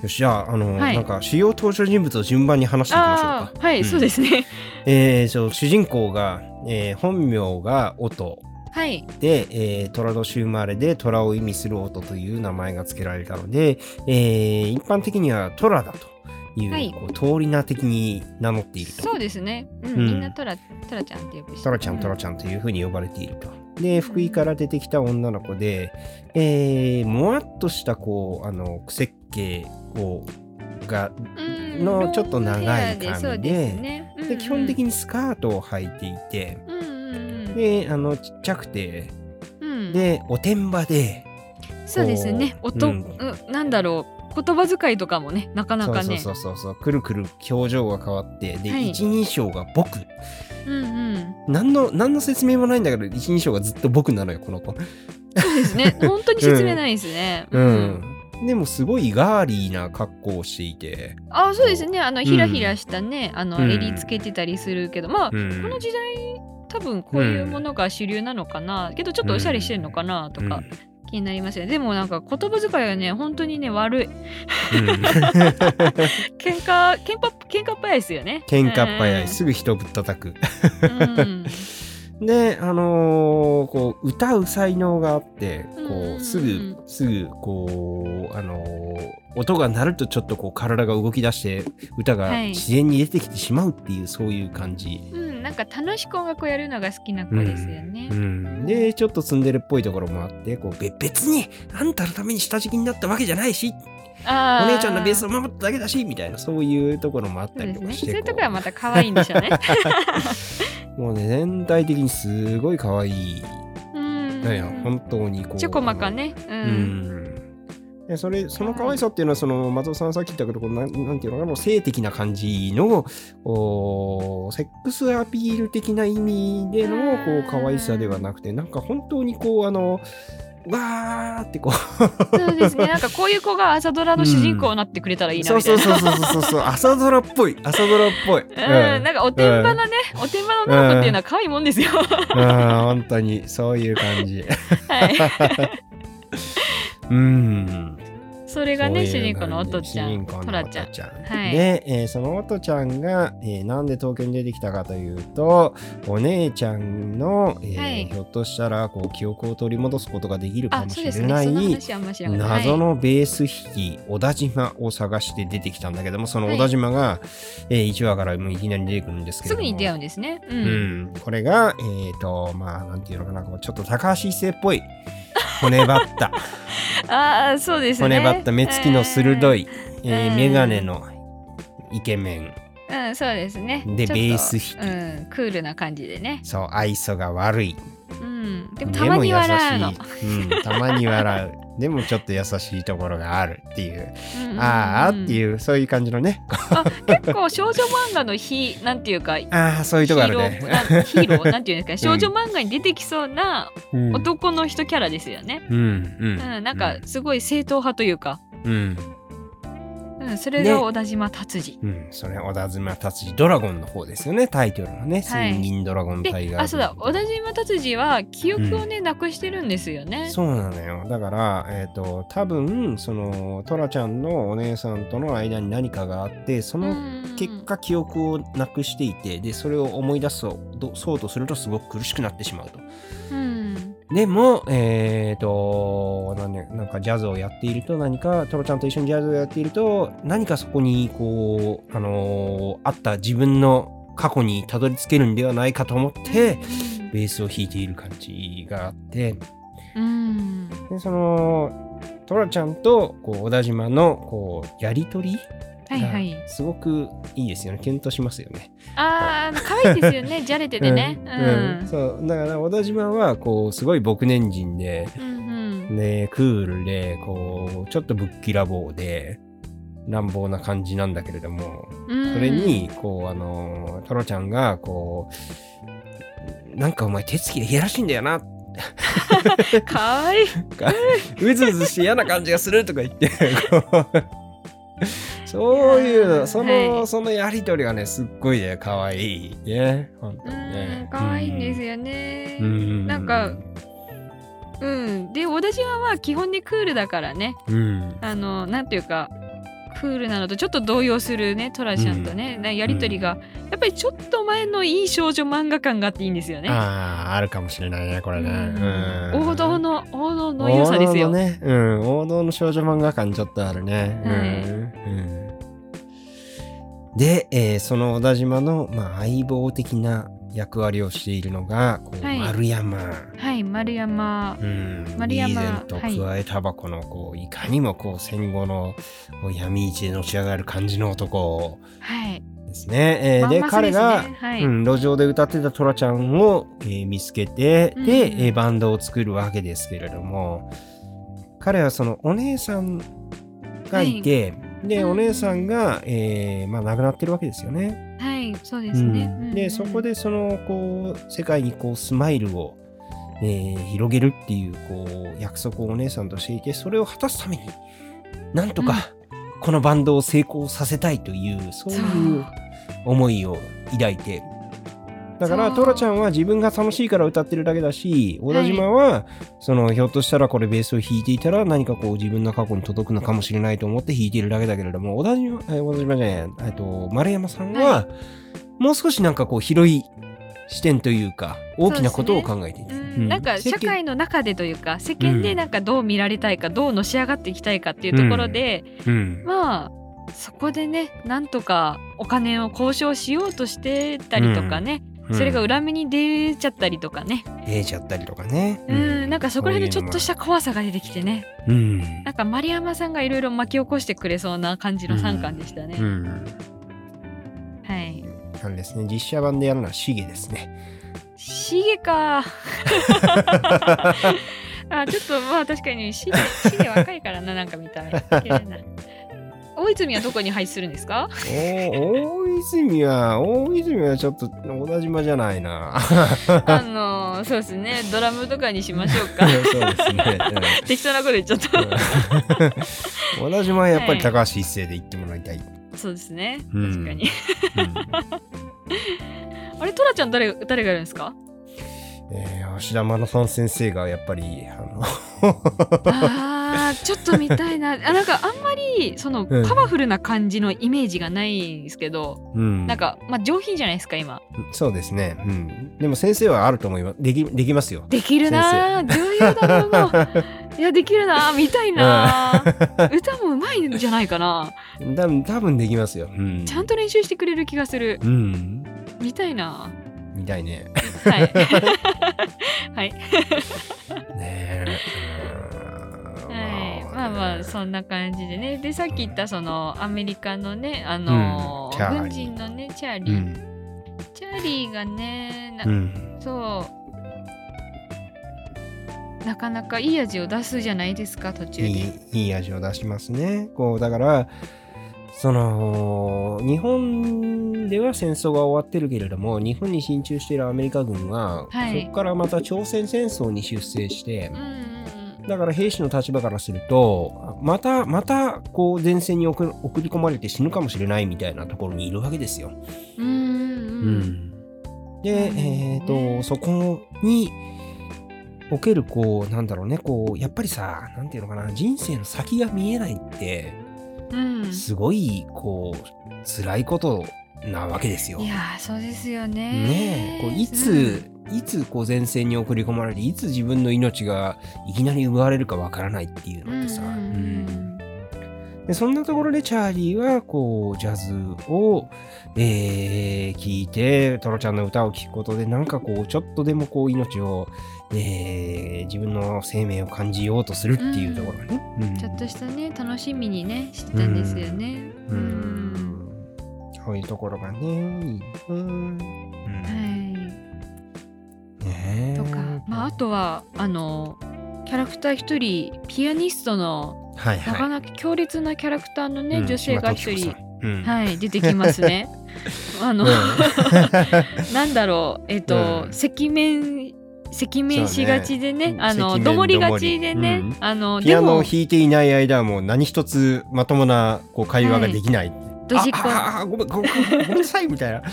[SPEAKER 1] よしじゃああの、
[SPEAKER 2] はい
[SPEAKER 1] なんか主要登場人物を順番に話していきましょう
[SPEAKER 2] あ
[SPEAKER 1] か
[SPEAKER 2] あはい、
[SPEAKER 1] うん
[SPEAKER 2] そうですね
[SPEAKER 1] えー、そう主人公が、えー本名が音
[SPEAKER 2] はい
[SPEAKER 1] で、えー、虎年生まれで虎を意味する音という名前が付けられたので、えー一般的には虎だという,、
[SPEAKER 2] はい
[SPEAKER 1] こう通り名的に名乗っていると
[SPEAKER 2] そうですね、うん
[SPEAKER 1] うん
[SPEAKER 2] みんなトラトラちゃんって呼ぶし
[SPEAKER 1] トラちゃんトラちゃんというふうに呼ばれていると。で福井から出てきた女の子で、えー、もわっとしたこうあの癖っ気をが
[SPEAKER 2] うん
[SPEAKER 1] のちょっと長い
[SPEAKER 2] ロングヘアそう
[SPEAKER 1] 髪で
[SPEAKER 2] ですねうんう
[SPEAKER 1] で
[SPEAKER 2] ん
[SPEAKER 1] 基本的にスカートを履いていて
[SPEAKER 2] うんうんうん
[SPEAKER 1] であのちっちゃくて
[SPEAKER 2] うん
[SPEAKER 1] でおてんばで
[SPEAKER 2] そうですね
[SPEAKER 1] こう
[SPEAKER 2] 音、
[SPEAKER 1] う
[SPEAKER 2] うんん、なんだろう言葉遣いとかもねなかなかね
[SPEAKER 1] そうそうそうそうくるくる表情が変わってで、
[SPEAKER 2] はい
[SPEAKER 1] 一人称が僕
[SPEAKER 2] うんうん
[SPEAKER 1] 何の何の説明もないんだけど一人称がずっと僕なのよこの子。
[SPEAKER 2] そうで すね本当に説明ないですね、
[SPEAKER 1] うん、でもすごいガーリーな格好をしていて、
[SPEAKER 2] あそうですねあの
[SPEAKER 1] ん
[SPEAKER 2] ひらひらしたね、あ
[SPEAKER 1] う
[SPEAKER 2] の
[SPEAKER 1] ん
[SPEAKER 2] 襟つけてたりするけど、まあ、
[SPEAKER 1] うん
[SPEAKER 2] この時代多分こういうものが主流なのかな、けどちょっとおしゃれしてるのかなとか、気になりますよねでもなんか言葉遣いがね本当にね悪い
[SPEAKER 1] うん うん
[SPEAKER 2] 喧嘩喧嘩喧嘩っ早いですよね
[SPEAKER 1] 喧嘩っ早い、すぐ人ぶったたく。
[SPEAKER 2] うんうん
[SPEAKER 1] で、あのーこう、歌う才能があって、
[SPEAKER 2] うんうん
[SPEAKER 1] こ
[SPEAKER 2] う
[SPEAKER 1] う、
[SPEAKER 2] ん
[SPEAKER 1] すぐ、すぐ、こう、あのー音が鳴るとちょっとこう、体が動き出して、歌が
[SPEAKER 2] はい
[SPEAKER 1] 自然に出てきてしまうっていう、そういう感じ。
[SPEAKER 2] うん、なんか楽しく音楽をやるのが好きな子ですよね
[SPEAKER 1] う。ん、でちょっとツンデレっぽいところもあってこうべ別にあんたのために下敷きになったわけじゃないし
[SPEAKER 2] あ
[SPEAKER 1] お
[SPEAKER 2] ー
[SPEAKER 1] 姉ちゃんのベースを守っただけだしみたいなそういうところもあっ
[SPEAKER 2] そ
[SPEAKER 1] た
[SPEAKER 2] う
[SPEAKER 1] りと
[SPEAKER 2] です
[SPEAKER 1] か
[SPEAKER 2] ね。
[SPEAKER 1] し
[SPEAKER 2] そう
[SPEAKER 1] て
[SPEAKER 2] いうところは
[SPEAKER 1] こ
[SPEAKER 2] また可愛いんでしょう ね。
[SPEAKER 1] うもうね全体的にすごい可愛い
[SPEAKER 2] うん
[SPEAKER 1] だよ、本当にこう
[SPEAKER 2] ちょこまかね。う。
[SPEAKER 1] うんんでそれその可愛さっていうのはその松尾さんさっき言ったけどこうなんなんていうのかなもう性的な感じのおーセックスアピール的な意味でのこう可愛さではなくてなんか本当にこうあのわーってこう
[SPEAKER 2] そうですね。なんかこういう子が朝ドラの主人公になってくれたらいいな
[SPEAKER 1] そう
[SPEAKER 2] みた
[SPEAKER 1] そ
[SPEAKER 2] いう
[SPEAKER 1] そう
[SPEAKER 2] な。
[SPEAKER 1] そうそうそう朝ドラっぽい朝ドラっぽい、うん、
[SPEAKER 2] うん、なんかおてんばなね、おてんばの女の子っていうのは可愛いも んですよ。は
[SPEAKER 1] あ本当にそういう感じ
[SPEAKER 2] い。
[SPEAKER 1] うん
[SPEAKER 2] それがね、
[SPEAKER 1] そう
[SPEAKER 2] 主
[SPEAKER 1] いう
[SPEAKER 2] 人公のおとちゃ
[SPEAKER 1] 主人
[SPEAKER 2] ん、
[SPEAKER 1] 公
[SPEAKER 2] ト
[SPEAKER 1] の
[SPEAKER 2] ラ
[SPEAKER 1] お
[SPEAKER 2] ちゃ
[SPEAKER 1] と
[SPEAKER 2] ん。
[SPEAKER 1] ちゃん。
[SPEAKER 2] はい
[SPEAKER 1] で、えーそのおとちゃんが、えーなんで東京に出てきたかというと、お姉ちゃんの、えー
[SPEAKER 2] はい
[SPEAKER 1] ひょっとしたらこう記憶を取り戻すことができるか
[SPEAKER 2] あ、
[SPEAKER 1] も
[SPEAKER 2] そ
[SPEAKER 1] し
[SPEAKER 2] うで
[SPEAKER 1] れ
[SPEAKER 2] す
[SPEAKER 1] な
[SPEAKER 2] ね。
[SPEAKER 1] い、
[SPEAKER 2] その話はあんま知らない。
[SPEAKER 1] 謎のベース弾き、小田島を探して出てきたんだけども、その小田島が、え1話からもういきなり出てくるんですけ
[SPEAKER 2] す
[SPEAKER 1] れど
[SPEAKER 2] ぐ
[SPEAKER 1] も。
[SPEAKER 2] に出会うんですね。う。
[SPEAKER 1] うんん、これが、えっ、と、まあ、なんていうのかな、こうちょっと高橋一生っぽい、骨ばった。
[SPEAKER 2] ああ、そうですね。
[SPEAKER 1] 骨ばった目つきの鋭い、え
[SPEAKER 2] う
[SPEAKER 1] ー、
[SPEAKER 2] ん
[SPEAKER 1] メガネのイケメン
[SPEAKER 2] うん。うん、そうですね。
[SPEAKER 1] で
[SPEAKER 2] ちょっと
[SPEAKER 1] ベース弾き
[SPEAKER 2] うん、クールな感じでね。
[SPEAKER 1] そう愛想が悪い
[SPEAKER 2] うん。
[SPEAKER 1] で
[SPEAKER 2] でもたまに笑うの。
[SPEAKER 1] うん、たまに笑う でもちょっと優しいところがあるっていう、
[SPEAKER 2] うんうんうん
[SPEAKER 1] あーあっていうそういう感じのね
[SPEAKER 2] 結構少女漫画の日なんていうかヒ
[SPEAKER 1] ああそういうとこあ
[SPEAKER 2] ー
[SPEAKER 1] る
[SPEAKER 2] ロー
[SPEAKER 1] ね、
[SPEAKER 2] なヒーローなん ていうんですか、少女漫画に出てきそうな
[SPEAKER 1] うん、
[SPEAKER 2] 男の人キャラですよね。
[SPEAKER 1] うん
[SPEAKER 2] うん、
[SPEAKER 1] うん
[SPEAKER 2] なんかすごい正統派というか、
[SPEAKER 1] うん
[SPEAKER 2] うん、それ
[SPEAKER 1] ね
[SPEAKER 2] が小田島達治。
[SPEAKER 1] うん、それ小田妻達治ドラゴンの方ですよねタイトルのね「
[SPEAKER 2] はい
[SPEAKER 1] 金銀ドラゴンタイ
[SPEAKER 2] で、
[SPEAKER 1] ガー」
[SPEAKER 2] あ、そうだ、小田島達治は記憶をね、なくしてるんですよね。
[SPEAKER 1] そうなのよだからえっ、と多分そのトラちゃんのお姉さんとの間に何かがあってその
[SPEAKER 2] ん
[SPEAKER 1] 結果記憶をなくしていてでそれを思い出そうどそうとするとすごく苦しくなってしまうと
[SPEAKER 2] うん、
[SPEAKER 1] でもえっ、となん,、ね、なんかジャズをやっていると何かトロちゃんと一緒にジャズをやっていると何かそこにこうあのーあった自分の過去にたどり着けるんではないかと思ってベースを弾いている感じがあって
[SPEAKER 2] うん、
[SPEAKER 1] でそのトラちゃんとこう小田島のこうやり取り
[SPEAKER 2] はいはい。
[SPEAKER 1] すごくいいですよねキュンとしますよね。
[SPEAKER 2] ああ、可愛いですよ ね。じゃれててね。う。
[SPEAKER 1] うんんそうだから小田島はこうすごい僕年人で、
[SPEAKER 2] うんうん。
[SPEAKER 1] ね、クールでこうちょっとぶっきらぼうで乱暴な感じなんだけれども
[SPEAKER 2] うん
[SPEAKER 1] それにこうあのトラちゃんがこうなんかお前手つきでいやらしいんだよな
[SPEAKER 2] 可愛い。
[SPEAKER 1] うずうずして嫌な感じがするとか言って こうそういう
[SPEAKER 2] いやー
[SPEAKER 1] のその、
[SPEAKER 2] はい
[SPEAKER 1] そのやりとりがねすっごいね可愛いね本当
[SPEAKER 2] う
[SPEAKER 1] に
[SPEAKER 2] ん
[SPEAKER 1] ね、
[SPEAKER 2] 可愛いんです
[SPEAKER 1] よ、
[SPEAKER 2] よね。
[SPEAKER 1] う
[SPEAKER 2] なんかうん、で小田島は基本にクールだからね
[SPEAKER 1] うん
[SPEAKER 2] あのなんていうかクールなのとちょっと動揺するねトラちゃんとね、なやりとりが、やっぱりちょっと前のいい少女漫画感があっていいんですよね。
[SPEAKER 1] あああるかもしれないねこれね、
[SPEAKER 2] うん
[SPEAKER 1] うん
[SPEAKER 2] 王道の王道の良さですよ。
[SPEAKER 1] 王道のね、うん、王道の少女漫画感ちょっとあるね。うんうんで、えーその小田島の、まあ、相棒的な役割をしているのが、こう
[SPEAKER 2] はい
[SPEAKER 1] 丸山。
[SPEAKER 2] はい丸山
[SPEAKER 1] うん、
[SPEAKER 2] 丸山
[SPEAKER 1] リーゼント
[SPEAKER 2] はい
[SPEAKER 1] 加えタバコのこういかにもこう戦後のこう闇市でのし上がる感じの男
[SPEAKER 2] はい、
[SPEAKER 1] ですね。えー
[SPEAKER 2] まん
[SPEAKER 1] で
[SPEAKER 2] まそ
[SPEAKER 1] 彼
[SPEAKER 2] ですね
[SPEAKER 1] が、
[SPEAKER 2] はい
[SPEAKER 1] うん、路上で歌ってたトラちゃんを、えー見つけて、
[SPEAKER 2] うん
[SPEAKER 1] で、えーバンドを作るわけですけれども彼はそのお姉さんがいて、で、
[SPEAKER 2] うん
[SPEAKER 1] お姉さんが、えーまあ、亡くなってるわけですよね。
[SPEAKER 2] はいそうですね。
[SPEAKER 1] うん
[SPEAKER 2] うんう
[SPEAKER 1] で
[SPEAKER 2] ん
[SPEAKER 1] そこでそのこう世界にこうスマイルを、えー広げるっていうこう約束をお姉さんとしていてそれを果たすためになんとかこのバンドを成功させたいというそういう思いを抱いてだから
[SPEAKER 2] そう
[SPEAKER 1] トラちゃんは自分が楽しいから歌ってるだけだし小田島は、そのひょっとしたらこれベースを弾いていたら何かこう自分の過去に届くのかもしれないと思って弾いているだけだけれども小田島えー小田島じゃないえっと丸山さんは、
[SPEAKER 2] は
[SPEAKER 1] もう少しなんかこう広い視点というか大きなことを
[SPEAKER 2] そ
[SPEAKER 1] 考えていて、
[SPEAKER 2] うん
[SPEAKER 1] う
[SPEAKER 2] なんか社会の中でというか世間でなんかどう見られたいか、どうのし上がっていきたいかっていうところで、
[SPEAKER 1] うん
[SPEAKER 2] まあそこでねなんとかお金を交渉しようとしてたりとかね、
[SPEAKER 1] うん
[SPEAKER 2] それが裏目に出ちゃったりとかね、
[SPEAKER 1] 出ちゃったりとかね
[SPEAKER 2] うんなんかそこら辺でちょっとした怖さが出てきてね
[SPEAKER 1] そういうのがうん
[SPEAKER 2] なんか丸山さんがいろいろ巻き起こしてくれそうな感じの3巻でしたね、
[SPEAKER 1] うん
[SPEAKER 2] はい
[SPEAKER 1] なんですね実写版でやるのはシゲですね
[SPEAKER 2] シ ゲかあちょっとまあ確かにシゲシゲ若いからななんか見た目綺麗な大泉はどこに配置するんで すか
[SPEAKER 1] おー大泉は大泉はちょっと同じ間じゃない な
[SPEAKER 2] あのそうですねドラムとかにしましょ う
[SPEAKER 1] そ
[SPEAKER 2] か
[SPEAKER 1] うですね、
[SPEAKER 2] 適当なこと言っちゃった
[SPEAKER 1] うん、同じ間はやっぱり高橋一生で行ってもらいたい、
[SPEAKER 2] そうですね。
[SPEAKER 1] うん
[SPEAKER 2] 確かに。
[SPEAKER 1] うん
[SPEAKER 2] あれ、トラちゃん誰、誰がいる んですか。
[SPEAKER 1] えー、吉田真野さん先生がやっぱりあの
[SPEAKER 2] ああ、ちょっと見たいな、あ、なんか、あんまり、その、
[SPEAKER 1] うん
[SPEAKER 2] パワフルな感じのイメージがないんですけど。
[SPEAKER 1] うん
[SPEAKER 2] なんか、まあ、上品じゃないですか、今。
[SPEAKER 1] そうですね、うん、でも先生はあると思いますできできますよ
[SPEAKER 2] できるなー、女優だろうな。 いや、できるなー、見たいなー。歌もうまいんじゃないかな。
[SPEAKER 1] 多分多分できますよ、うん、
[SPEAKER 2] ちゃんと練習してくれる気がする。
[SPEAKER 1] うん
[SPEAKER 2] 見たいな
[SPEAKER 1] みたいね
[SPEAKER 2] ー。はい。 はい。
[SPEAKER 1] ねえうん
[SPEAKER 2] はい、まあまあそんな感じでねでさっき言ったそのアメリカのねあ
[SPEAKER 1] う
[SPEAKER 2] の
[SPEAKER 1] ん
[SPEAKER 2] ー
[SPEAKER 1] チャーリー
[SPEAKER 2] 軍人のねチャー
[SPEAKER 1] う
[SPEAKER 2] リー、
[SPEAKER 1] ん
[SPEAKER 2] チャーリーがねな、
[SPEAKER 1] うん
[SPEAKER 2] そうなかなかいい味を出すじゃないですか途中で。
[SPEAKER 1] いいいい味を出しますねこうだからその日本では戦争が終わってるけれども日本に進駐しているアメリカ軍は、
[SPEAKER 2] はい
[SPEAKER 1] そこからまた朝鮮戦争に出征して
[SPEAKER 2] うんうんうん
[SPEAKER 1] だから兵士の立場からするとまたまたこう前線に送送り込まれて死ぬかもしれないみたいなところにいるわけですよ。
[SPEAKER 2] うん
[SPEAKER 1] う
[SPEAKER 2] うん
[SPEAKER 1] んで、
[SPEAKER 2] うん
[SPEAKER 1] えー
[SPEAKER 2] ね
[SPEAKER 1] とそこにおけるこうなんだろうねこうやっぱりさなんていうのかな人生の先が見えないって
[SPEAKER 2] うん
[SPEAKER 1] すごいこう辛いことなわけですよ。
[SPEAKER 2] いやーそうですよね
[SPEAKER 1] ねえこういつ、いつこう前線に送り込まれていつ自分の命がいきなり奪われるかわからないっていう
[SPEAKER 2] うんう
[SPEAKER 1] のってさ、
[SPEAKER 2] んうん
[SPEAKER 1] うんでそんなところでチャーリーはこうジャズを、えー、聞いてトロちゃんの歌を聴くことでなんかこうちょっとでもこう命を、えー自分の生命を感じようとするっていうところがね。うん
[SPEAKER 2] ちょっとしたね楽しみにねしてたんですよね。
[SPEAKER 1] う
[SPEAKER 2] うん
[SPEAKER 1] んそういうところがね、いいなうんね
[SPEAKER 2] は
[SPEAKER 1] え
[SPEAKER 2] い、とか、まあ、あとはあのキャラクター一人ピアニストの
[SPEAKER 1] はい
[SPEAKER 2] な
[SPEAKER 1] は
[SPEAKER 2] か
[SPEAKER 1] い
[SPEAKER 2] なか強烈なキャラクターのね、
[SPEAKER 1] うん
[SPEAKER 2] 女性が一
[SPEAKER 1] 島
[SPEAKER 2] 人
[SPEAKER 1] 時、子さんうん
[SPEAKER 2] はい、出てきま すね。あの、 なんだろうえっ、と、
[SPEAKER 1] うん
[SPEAKER 2] 赤面赤面しがちでね
[SPEAKER 1] そうね
[SPEAKER 2] あ
[SPEAKER 1] 赤
[SPEAKER 2] の
[SPEAKER 1] 面
[SPEAKER 2] どもりがちでね、
[SPEAKER 1] どもり
[SPEAKER 2] あの
[SPEAKER 1] ピ
[SPEAKER 2] で
[SPEAKER 1] アノを
[SPEAKER 2] も
[SPEAKER 1] 弾いていない間はもう何一つまともなこう会話ができない。
[SPEAKER 2] ドジっ
[SPEAKER 1] あああごめんごめんごめんなさいみたいな。
[SPEAKER 2] こ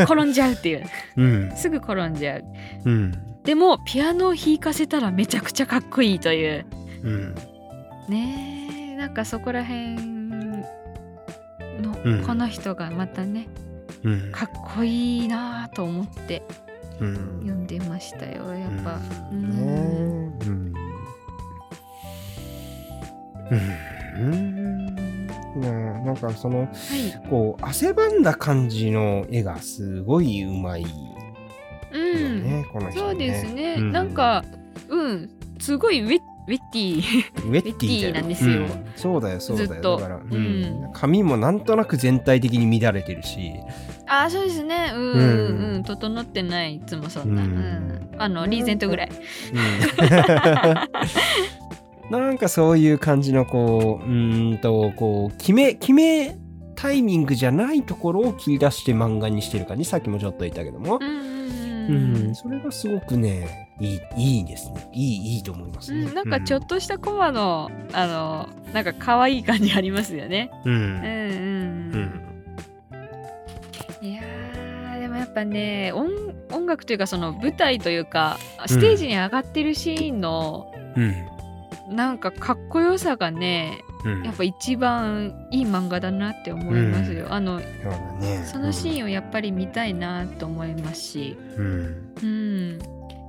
[SPEAKER 2] 転んじゃうっていう
[SPEAKER 1] うん
[SPEAKER 2] すぐ転んじゃう
[SPEAKER 1] うん
[SPEAKER 2] でもピアノを弾かせたらめちゃくちゃかっこいいという
[SPEAKER 1] うん
[SPEAKER 2] ねえなんかそこら辺の、
[SPEAKER 1] うん
[SPEAKER 2] この人がまたね
[SPEAKER 1] うん
[SPEAKER 2] かっこいいなぁと思って
[SPEAKER 1] うん
[SPEAKER 2] 読んでましたよやっぱ、
[SPEAKER 1] う
[SPEAKER 2] うんん
[SPEAKER 1] ねえうんうんねえなんかその
[SPEAKER 2] はい
[SPEAKER 1] こう汗ばんだ感じの絵がすごいうまいよ
[SPEAKER 2] うん、
[SPEAKER 1] ね、この人ね
[SPEAKER 2] そうですね、
[SPEAKER 1] う
[SPEAKER 2] なんかうんすごいウェウェッティ
[SPEAKER 1] ウェッティだ
[SPEAKER 2] ウェッティなんですよ
[SPEAKER 1] うんそうだよそうだ
[SPEAKER 2] ず
[SPEAKER 1] よ
[SPEAKER 2] っと
[SPEAKER 1] だから、うん
[SPEAKER 2] うん
[SPEAKER 1] 髪もなんとなく全体的に乱れてるし、
[SPEAKER 2] あーそうですねうん
[SPEAKER 1] う
[SPEAKER 2] うんん、うん、整ってないいつもそんな、
[SPEAKER 1] う
[SPEAKER 2] うんんあのリーゼントぐらい
[SPEAKER 1] なんかそういう感じのこううーんとこう決め決めタイミングじゃないところを切り出して漫画にしてる感じさっきもちょっと言ったけども
[SPEAKER 2] う、んうん
[SPEAKER 1] う
[SPEAKER 2] うんん
[SPEAKER 1] それがすごくねいいいいですねいいいいと思いま
[SPEAKER 2] う
[SPEAKER 1] すね、
[SPEAKER 2] ん、なんかちょっとしたコマの、あのなんか可愛い感じありますよね。
[SPEAKER 1] うん、う
[SPEAKER 2] うん
[SPEAKER 1] ん
[SPEAKER 2] うん、うん、いやーでもやっぱね音音楽というかその舞台というかステージに上がってるシーンの、
[SPEAKER 1] うん
[SPEAKER 2] なんかかっこよさがね
[SPEAKER 1] うん
[SPEAKER 2] やっぱ一番いい漫画だなって思いますよ。あの
[SPEAKER 1] そうだね
[SPEAKER 2] そのシーンをやっぱり見たいなと思いますし。
[SPEAKER 1] うん
[SPEAKER 2] うん、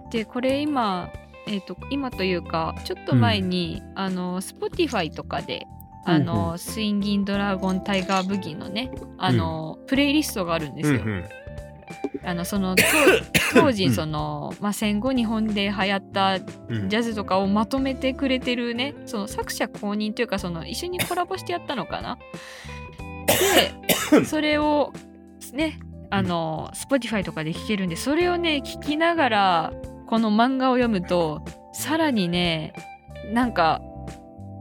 [SPEAKER 2] でこれ今、えー、と今というかちょっと前に、あの Spotify とかで。あの
[SPEAKER 1] うん
[SPEAKER 2] スインギンドラゴンタイガーブギのねあの、プレイリストがあるんですよ。
[SPEAKER 1] うん
[SPEAKER 2] あのその当当時その、まあ、戦後日本で流行った
[SPEAKER 1] うん
[SPEAKER 2] ジャズとかをまとめてくれてるねその作者公認というかその一緒にコラボしてやったのかな。でそれをねあの Spotify とかで聴けるんでそれをね聴きながらこの漫画を読むとさらにねなんか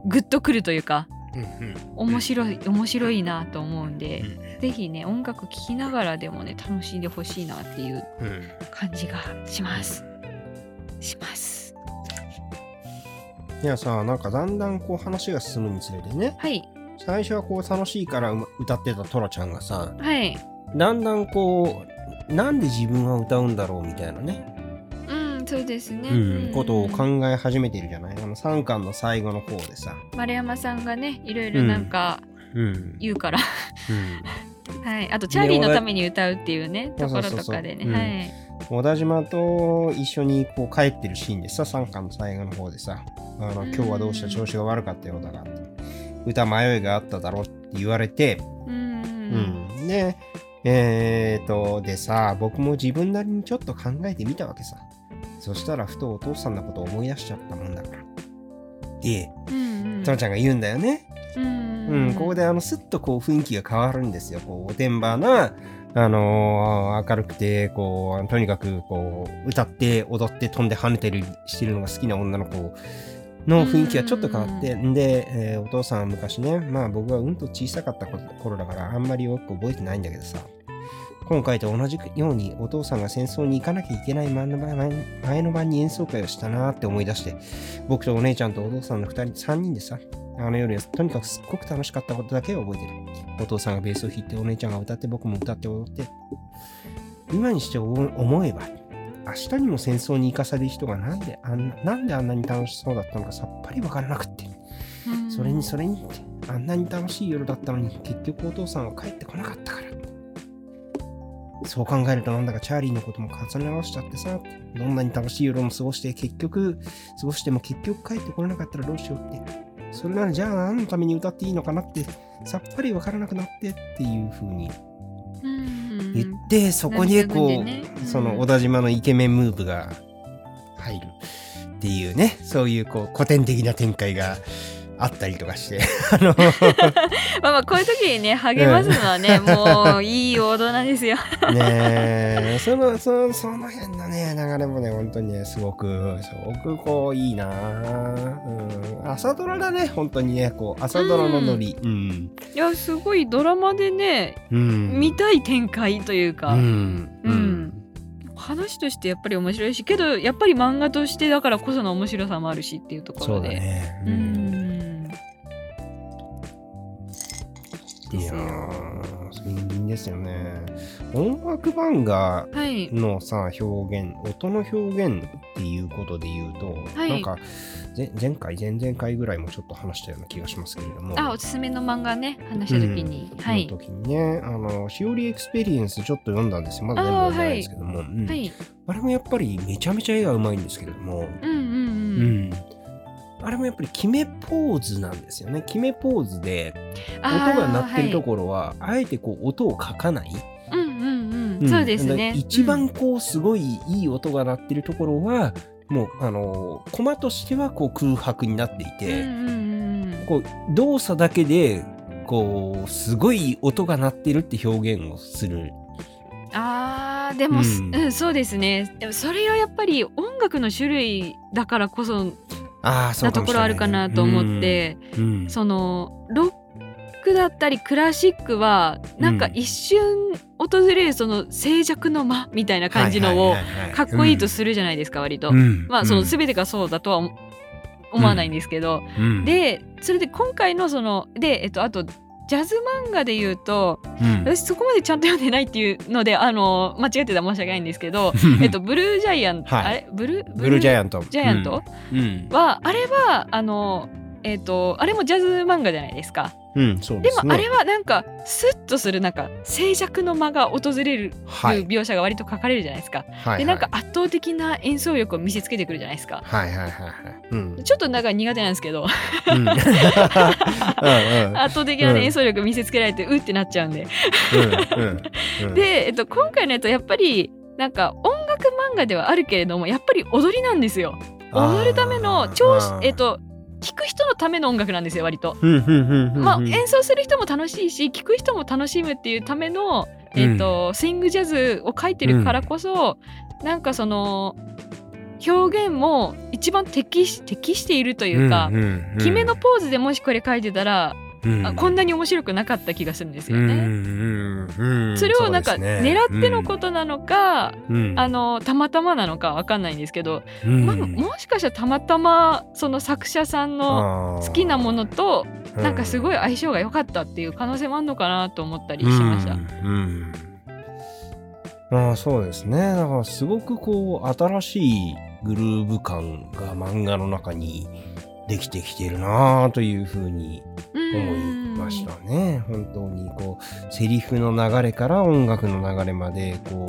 [SPEAKER 2] グッとくるというか
[SPEAKER 1] うん
[SPEAKER 2] 面白い面白いなと思うんで
[SPEAKER 1] うん
[SPEAKER 2] 是非ね音楽聴きながらでもね楽しんでほしいなっていう
[SPEAKER 1] うん
[SPEAKER 2] 感じがします。します。
[SPEAKER 1] いやさなんかだんだんこう話が進むにつれてね
[SPEAKER 2] はい
[SPEAKER 1] 最初はこう楽しいからうま歌ってたトラちゃんがさ
[SPEAKER 2] はい。
[SPEAKER 1] だんだんこうなんで自分は歌うんだろうみたいなね、
[SPEAKER 2] うん、そうですね。
[SPEAKER 1] うん、ことを
[SPEAKER 2] うん
[SPEAKER 1] 考え始めてるじゃないあの3巻の最後の方でさ、
[SPEAKER 2] 丸山さんがね、いろいろなんか
[SPEAKER 1] うん
[SPEAKER 2] 言うから、
[SPEAKER 1] うん、
[SPEAKER 2] はい。あとチャーリーのために歌うっていうね、ところとかで
[SPEAKER 1] そうそうそううん
[SPEAKER 2] ね、
[SPEAKER 1] 小田島と一緒にこう帰ってるシーンでさ3巻の最後の方でさ「あの
[SPEAKER 2] うん
[SPEAKER 1] 今日はどうした調子が悪かったようだが」歌迷いがあっただろ」って言われて、
[SPEAKER 2] はい。うん。
[SPEAKER 1] うん、でえー、とでさ僕も自分なりにちょっと考えてみたわけさそしたらふとお父さんのことを思い出しちゃったもんだからで
[SPEAKER 2] うん。
[SPEAKER 1] トラちゃんが言うんだよね、
[SPEAKER 2] ゃん。うん。
[SPEAKER 1] うんここであのスッとこう雰囲気が変わるんですよこうおてんばなあのー明るくてこうとにかくこう歌って踊って飛んで跳ねてるしてるのが好きな女の子の雰囲気がちょっと変わって、んで、えーお父さんは昔ね、まあ僕はうんと小さかった頃だからあんまりよく覚えてないんだけどさ、今回と同じようにお父さんが戦争に行かなきゃいけない前の晩前の晩に演奏会をしたなーって思い出して、僕とお姉ちゃんとお父さんの2人、3人でさ、あの夜はとにかくすっごく楽しかったことだけを覚えてる。お父さんがベースを弾いて、お姉ちゃんが歌って、僕も歌って踊って。今にして思思えば、明日にも戦争に行かされる人がなんであんななんであんなに楽しそうだったのかさっぱりわからなくって。
[SPEAKER 2] うん
[SPEAKER 1] それにそれにってあんなに楽しい夜だったのに結局お父さんは帰ってこなかったからそう考えるとなんだかチャーリーのことも重ね合わせちゃってさどんなに楽しい夜も過ごして結局過ごしても結局帰ってこれなかったらどうしようってそれならじゃあ何のために歌っていいのかなってさっぱりわからなくなってっていう風に
[SPEAKER 2] うん
[SPEAKER 1] 言って、そこにこう、
[SPEAKER 2] 涙ぐんでねうん
[SPEAKER 1] その小田島のイケメンムーブが入るっていうねそういうこう古典的な展開があったりとかして あの
[SPEAKER 2] まあまあこういう時にね励ますのはね、もういい大人ですよ。
[SPEAKER 1] ねえそのそのその辺のね流れもね本当にねすごくすごくこういいなあうん朝ドラだね本当にねこう朝ドラのノリうん
[SPEAKER 2] いやすごいドラマでね
[SPEAKER 1] うん
[SPEAKER 2] 見たい展開という
[SPEAKER 1] う
[SPEAKER 2] か、
[SPEAKER 1] んう
[SPEAKER 2] うんん話としてやっぱり面白いしけどやっぱり漫画としてだからこその面白さもあるしっていうとこ
[SPEAKER 1] そ
[SPEAKER 2] ろ
[SPEAKER 1] うだ
[SPEAKER 2] で。
[SPEAKER 1] ね
[SPEAKER 2] う
[SPEAKER 1] うん
[SPEAKER 2] ん
[SPEAKER 1] い
[SPEAKER 2] で
[SPEAKER 1] や
[SPEAKER 2] すよ
[SPEAKER 1] ーそれいいんですよね音楽漫画
[SPEAKER 2] はい。
[SPEAKER 1] のさ表現音の表現っていうことで言うと、
[SPEAKER 2] はい
[SPEAKER 1] なんかぜ前回前々回ぐらいもちょっと話したような気がしますけれども
[SPEAKER 2] あおすすめの漫画ね話した時に、はい
[SPEAKER 1] の時にね、あの、しおりエクスペリエンスちょっと読んだんですよ。まだ全部
[SPEAKER 2] あー
[SPEAKER 1] 読んでないんですけども。うん
[SPEAKER 2] はい。
[SPEAKER 1] あれもやっぱりめちゃめちゃ絵がうまいんですけれども、
[SPEAKER 2] うんうん
[SPEAKER 1] う
[SPEAKER 2] うん。
[SPEAKER 1] んあれもやっぱり決めポーズなんですよね。決めポーズで、音
[SPEAKER 2] あー
[SPEAKER 1] が鳴ってるところは、あえてこう音を書かない。
[SPEAKER 2] はいうんうん
[SPEAKER 1] う
[SPEAKER 2] うんん。そうです
[SPEAKER 1] だから
[SPEAKER 2] ね。
[SPEAKER 1] 一番こう、すごいいい音が鳴ってるところは、もう、あの、コマとしてはこう空白になってい
[SPEAKER 2] うん
[SPEAKER 1] て、
[SPEAKER 2] うんうんうん
[SPEAKER 1] こう動作だけでこうすごい音が鳴ってるって表現をする。
[SPEAKER 2] あーでも、す
[SPEAKER 1] う
[SPEAKER 2] うんんそうですねでもそれはやっぱり音楽の種類だからこそ
[SPEAKER 1] ああそう
[SPEAKER 2] な
[SPEAKER 1] か
[SPEAKER 2] と
[SPEAKER 1] も
[SPEAKER 2] こ
[SPEAKER 1] しれ
[SPEAKER 2] ろ
[SPEAKER 1] な
[SPEAKER 2] あ
[SPEAKER 1] いね
[SPEAKER 2] るかなと思っ、て、
[SPEAKER 1] うんうん
[SPEAKER 2] そのロックだったりクラシックはなんか
[SPEAKER 1] うん
[SPEAKER 2] 一瞬訪れるその静寂の間みたいな感じのを
[SPEAKER 1] はいはいはいはい
[SPEAKER 2] かっこいいとするじゃないですか割と。
[SPEAKER 1] うん
[SPEAKER 2] まあその
[SPEAKER 1] うん
[SPEAKER 2] 全てがそうだとは思思わないんですけど、
[SPEAKER 1] うん
[SPEAKER 2] でそれで今回のそので、えっと、あとジャズ漫画で言うと
[SPEAKER 1] うん
[SPEAKER 2] 私そこまでちゃんと読んでないっていうのであの間違ってたら申し訳ないんですけど えっとブルージャイアント、
[SPEAKER 1] はい
[SPEAKER 2] あれブル
[SPEAKER 1] ブルージャイ
[SPEAKER 2] ン
[SPEAKER 1] アント。
[SPEAKER 2] ジャイアント
[SPEAKER 1] うん。
[SPEAKER 2] はあれはあのえっとあれもジャズ漫画じゃないですか
[SPEAKER 1] うん、うんそう
[SPEAKER 2] で
[SPEAKER 1] ですね。
[SPEAKER 2] もあれはなんかスッとするなんか静寂の間が訪れる
[SPEAKER 1] はい
[SPEAKER 2] 描写が割と書かれるじゃないですか、
[SPEAKER 1] はい
[SPEAKER 2] でなんか圧倒的な演奏力を見せつけてくるじゃないですか
[SPEAKER 1] はいはいはいはい。 うん。
[SPEAKER 2] ちょっとなんか苦手なんですけど
[SPEAKER 1] うんうんうん
[SPEAKER 2] 圧倒的な
[SPEAKER 1] うん
[SPEAKER 2] ね演奏力見せつけられてうってなっちゃうんで
[SPEAKER 1] うんうん
[SPEAKER 2] で、えっと、今回のやつはやっぱりなんか音楽漫画ではあるけれどもやっぱり踊りなんですよ踊るための超
[SPEAKER 1] あー
[SPEAKER 2] えっと聴く人のための音楽なんですよ割と、
[SPEAKER 1] うんうんうんうんうん
[SPEAKER 2] まあ、演奏する人も楽しいし聴く人も楽しむっていうための、えっとスイングジャズを書いてるからこそ、なんかその表現も一番適し適しているというか、
[SPEAKER 1] んんうん
[SPEAKER 2] 決めのポーズでもしこれ書いてたら、あこんなに面白くなかった気がするんですよね。
[SPEAKER 1] うんうんうん
[SPEAKER 2] それをなんか
[SPEAKER 1] そうですね
[SPEAKER 2] 狙ってのことなのか、
[SPEAKER 1] うん
[SPEAKER 2] あのたまたまなのかわかんないんですけど、
[SPEAKER 1] うん
[SPEAKER 2] まあ、もしかしたらたまたまその作者さんの
[SPEAKER 1] あー
[SPEAKER 2] 好きなものと
[SPEAKER 1] う
[SPEAKER 2] なんかすごい相性が良かったっていう可能性もあるのかなと思ったりしました。
[SPEAKER 1] うんうん、ああそうですねだからすごくこう新しいグルーヴ感が漫画の中にできてきてるなあというふうに
[SPEAKER 2] うん
[SPEAKER 1] 思いましたね本当にこうセリフの流れから音楽の流れまでこ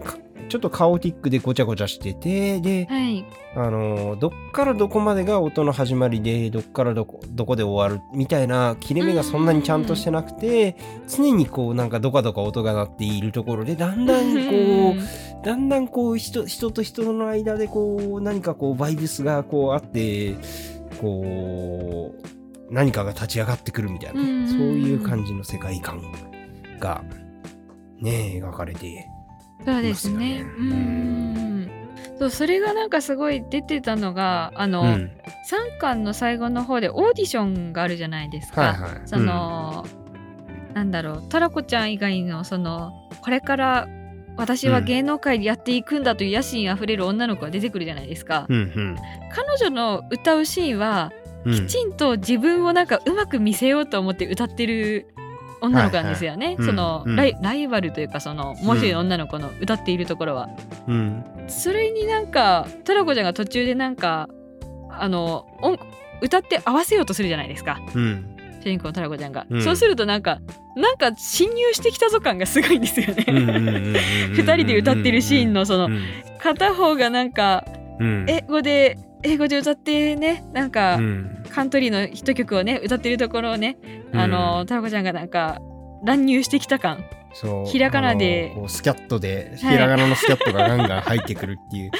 [SPEAKER 1] うかちょっとカオティックでごちゃごちゃしててで、
[SPEAKER 2] はい、
[SPEAKER 1] あのどっからどこまでが音の始まりでどっからどこどこで終わるみたいな切れ目がそんなにちゃんとしてなくて常にこうなんかどかどか音が鳴っているところでだんだんこうだんだんこう人人と人の間でこう何かこうバイブスがこうあってこう何かが立ち上がってくるみたいな
[SPEAKER 2] うんうんうん
[SPEAKER 1] そういう感じの世界観がね描かれて
[SPEAKER 2] そうですね。
[SPEAKER 1] います
[SPEAKER 2] う
[SPEAKER 1] よね
[SPEAKER 2] んそうそれがなんかすごい出てたのがあの、
[SPEAKER 1] うん
[SPEAKER 2] 3巻の最後の方でオーディションがあるじゃないですか。
[SPEAKER 1] はいはい
[SPEAKER 2] その、なんだろうトラコちゃん以外のそのこれから私は芸能界でやっていくんだという野心あふれる女の子が出てくるじゃないですか、
[SPEAKER 1] うんうん
[SPEAKER 2] 彼女の歌うシーンは、
[SPEAKER 1] うん
[SPEAKER 2] きちんと自分をなんかうまく見せようと思って歌ってる女の子なんですよね、
[SPEAKER 1] はい
[SPEAKER 2] その、
[SPEAKER 1] うん
[SPEAKER 2] ライライバルというかそのもう一人の女の子の歌っているところは、
[SPEAKER 1] うん
[SPEAKER 2] それになんかトラコちゃんが途中でなんかあの音歌って合わせようとするじゃないですか
[SPEAKER 1] うん
[SPEAKER 2] 主人公のトラコちゃんが、
[SPEAKER 1] うん
[SPEAKER 2] そうするとなんかなんか侵入してきたぞ感がすごいんですよね、
[SPEAKER 1] 2
[SPEAKER 2] 二人で歌ってるシーンのその
[SPEAKER 1] うん
[SPEAKER 2] 片方がなんか
[SPEAKER 1] うん
[SPEAKER 2] 英語で英語で歌ってねなんか、
[SPEAKER 1] うん
[SPEAKER 2] カントリーのヒット曲をね歌ってるところをね、あの太郎子ちゃんがなんか乱入してきた感
[SPEAKER 1] そう
[SPEAKER 2] ひらがなで
[SPEAKER 1] あのこうスキャットでひ
[SPEAKER 2] はい
[SPEAKER 1] らがなのスキャットがガンガン入ってくるって いう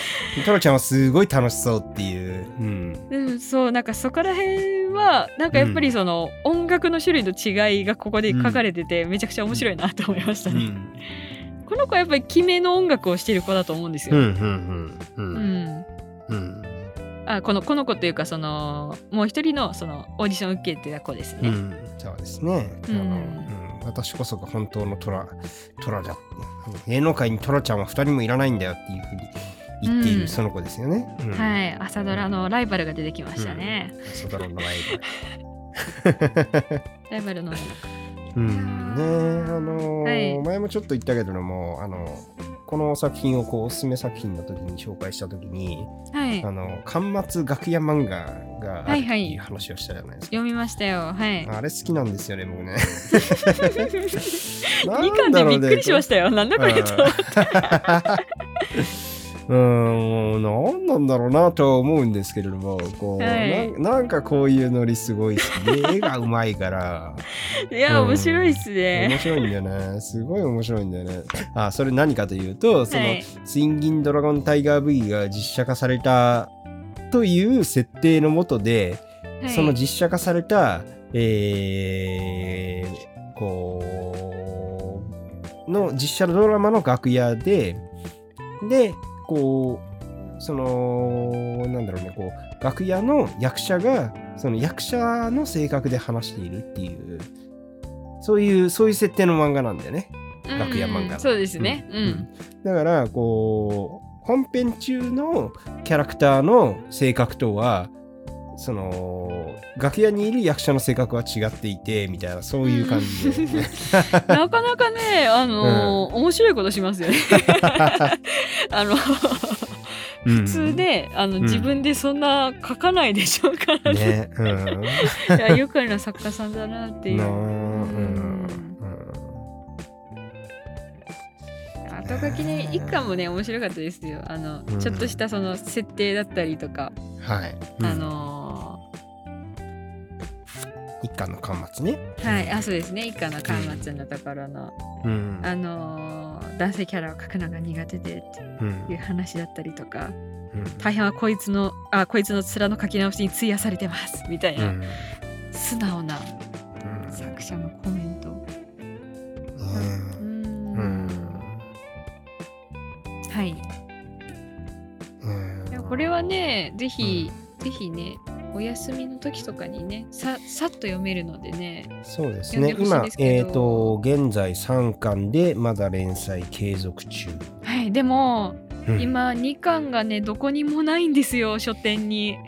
[SPEAKER 1] トロちゃんはすごい楽しそうっていう、うん、
[SPEAKER 2] うん、そうなんかそこら辺はなんかやっぱりその、音楽の種類の違いがここで書かれてて、めちゃくちゃ面白いなと思いまし
[SPEAKER 1] う
[SPEAKER 2] たね、
[SPEAKER 1] ん
[SPEAKER 2] この子はやっぱり決めの音楽をしてる子だと思うんです
[SPEAKER 1] うんう
[SPEAKER 2] よ、
[SPEAKER 1] んう
[SPEAKER 2] うんん
[SPEAKER 1] うんうん
[SPEAKER 2] あこのこの子というかそのもう一人のそのオーディションを受けてた子です
[SPEAKER 1] う
[SPEAKER 2] ね、
[SPEAKER 1] ん、そうですね、
[SPEAKER 2] うん
[SPEAKER 1] あのうん私こそが本当のトラトラだって芸能界にトラちゃんは2人もいらないんだよっていうふうに言っていうる
[SPEAKER 2] ん
[SPEAKER 1] その子ですよね、うん
[SPEAKER 2] はい朝ドラのライバルが出てきましたね、
[SPEAKER 1] そうだろうなライ
[SPEAKER 2] ライ バルの
[SPEAKER 1] ブうんねえあのー
[SPEAKER 2] はい
[SPEAKER 1] 前もちょっと言ったけどもあのこの作品をこうおすすめ作品の時に紹介した時に
[SPEAKER 2] はい
[SPEAKER 1] あの巻末楽屋漫画があるって
[SPEAKER 2] はいはい
[SPEAKER 1] いう話をしたじゃないですか、
[SPEAKER 2] 読みましたよはい
[SPEAKER 1] あれ好きなんですよね僕ね
[SPEAKER 2] 2巻でび っくりしましたよなんだこれと思って
[SPEAKER 1] うんうーん、何なんだろうなとは思うんですけれども、こう、
[SPEAKER 2] はい
[SPEAKER 1] ななんかこういうノリすごいし、で絵がうまいから、
[SPEAKER 2] いや、
[SPEAKER 1] うん
[SPEAKER 2] 面白いっすね
[SPEAKER 1] 面白いんだよね。すごい面白いんだよね。あ、それ何かというと、その、
[SPEAKER 2] はい
[SPEAKER 1] ツインギンドラゴンタイガー V が実写化されたという設定のもとで、
[SPEAKER 2] はい
[SPEAKER 1] その実写化された、えーこう、の実写のドラマの楽屋で、で、こう、その、なんだろうね、こう、楽屋の役者が、その役者の性格で話しているっていう、そういう、そういう設定の漫画なんだよね。楽屋漫画
[SPEAKER 2] うんそうですねうん、
[SPEAKER 1] だからこう本編中のキャラクターの性格とはその楽屋にいる役者の性格は違っていてみたいなそういう感じで、
[SPEAKER 2] うん なかなかねあのー面白いことします よねあの
[SPEAKER 1] 普
[SPEAKER 2] 普通で、あの、
[SPEAKER 1] うん
[SPEAKER 2] 自分でそんな書かないでしょうからね
[SPEAKER 1] ねうん
[SPEAKER 2] いやよくある作家さんだなっていう、
[SPEAKER 1] なあうん
[SPEAKER 2] 後書きね一巻もね面白かったですよあの、
[SPEAKER 1] うん
[SPEAKER 2] ちょっとしたその設定だったりとか、
[SPEAKER 1] うんはい、
[SPEAKER 2] あの
[SPEAKER 1] うん一巻の巻末ね
[SPEAKER 2] ーはいあそうですね一巻の巻末のところの、
[SPEAKER 1] うん
[SPEAKER 2] あのー男性キャラを書くのが苦手でっ
[SPEAKER 1] うん
[SPEAKER 2] ていう話だったりとか
[SPEAKER 1] うん
[SPEAKER 2] 大変はこいつのあこいつの面の書き直しに費やされてますみたいうな、
[SPEAKER 1] ん
[SPEAKER 2] 素直な
[SPEAKER 1] うん
[SPEAKER 2] 作者のコメントう
[SPEAKER 1] ね
[SPEAKER 2] ん
[SPEAKER 1] うん
[SPEAKER 2] はい
[SPEAKER 1] うん
[SPEAKER 2] いやこれはねぜひ、ぜひねお休みの時とかにねささっと読めるのでね
[SPEAKER 1] そうですね。
[SPEAKER 2] 読んでほしいん
[SPEAKER 1] 今
[SPEAKER 2] です、け
[SPEAKER 1] え
[SPEAKER 2] ど
[SPEAKER 1] っ、と、現在3巻でまだ連載継続中。
[SPEAKER 2] はいでも、
[SPEAKER 1] うん、
[SPEAKER 2] 今2巻がねどこにもないんですよ書店に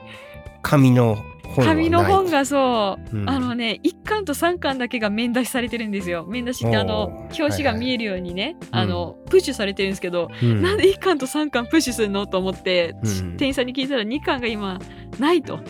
[SPEAKER 1] 紙の本はない
[SPEAKER 2] 紙の本、がそう、
[SPEAKER 1] うん
[SPEAKER 2] あのね1巻と3巻だけが面出しされてるんですよ面出しってあ
[SPEAKER 1] おー
[SPEAKER 2] の表紙
[SPEAKER 1] はい
[SPEAKER 2] が
[SPEAKER 1] はい
[SPEAKER 2] 見えるようにね、
[SPEAKER 1] うん
[SPEAKER 2] あのプッシュされてるんですけど、
[SPEAKER 1] うん
[SPEAKER 2] なんで1巻と3巻プッシュするのと思って、
[SPEAKER 1] うん
[SPEAKER 2] 店員さんに聞いたら2巻が今ないと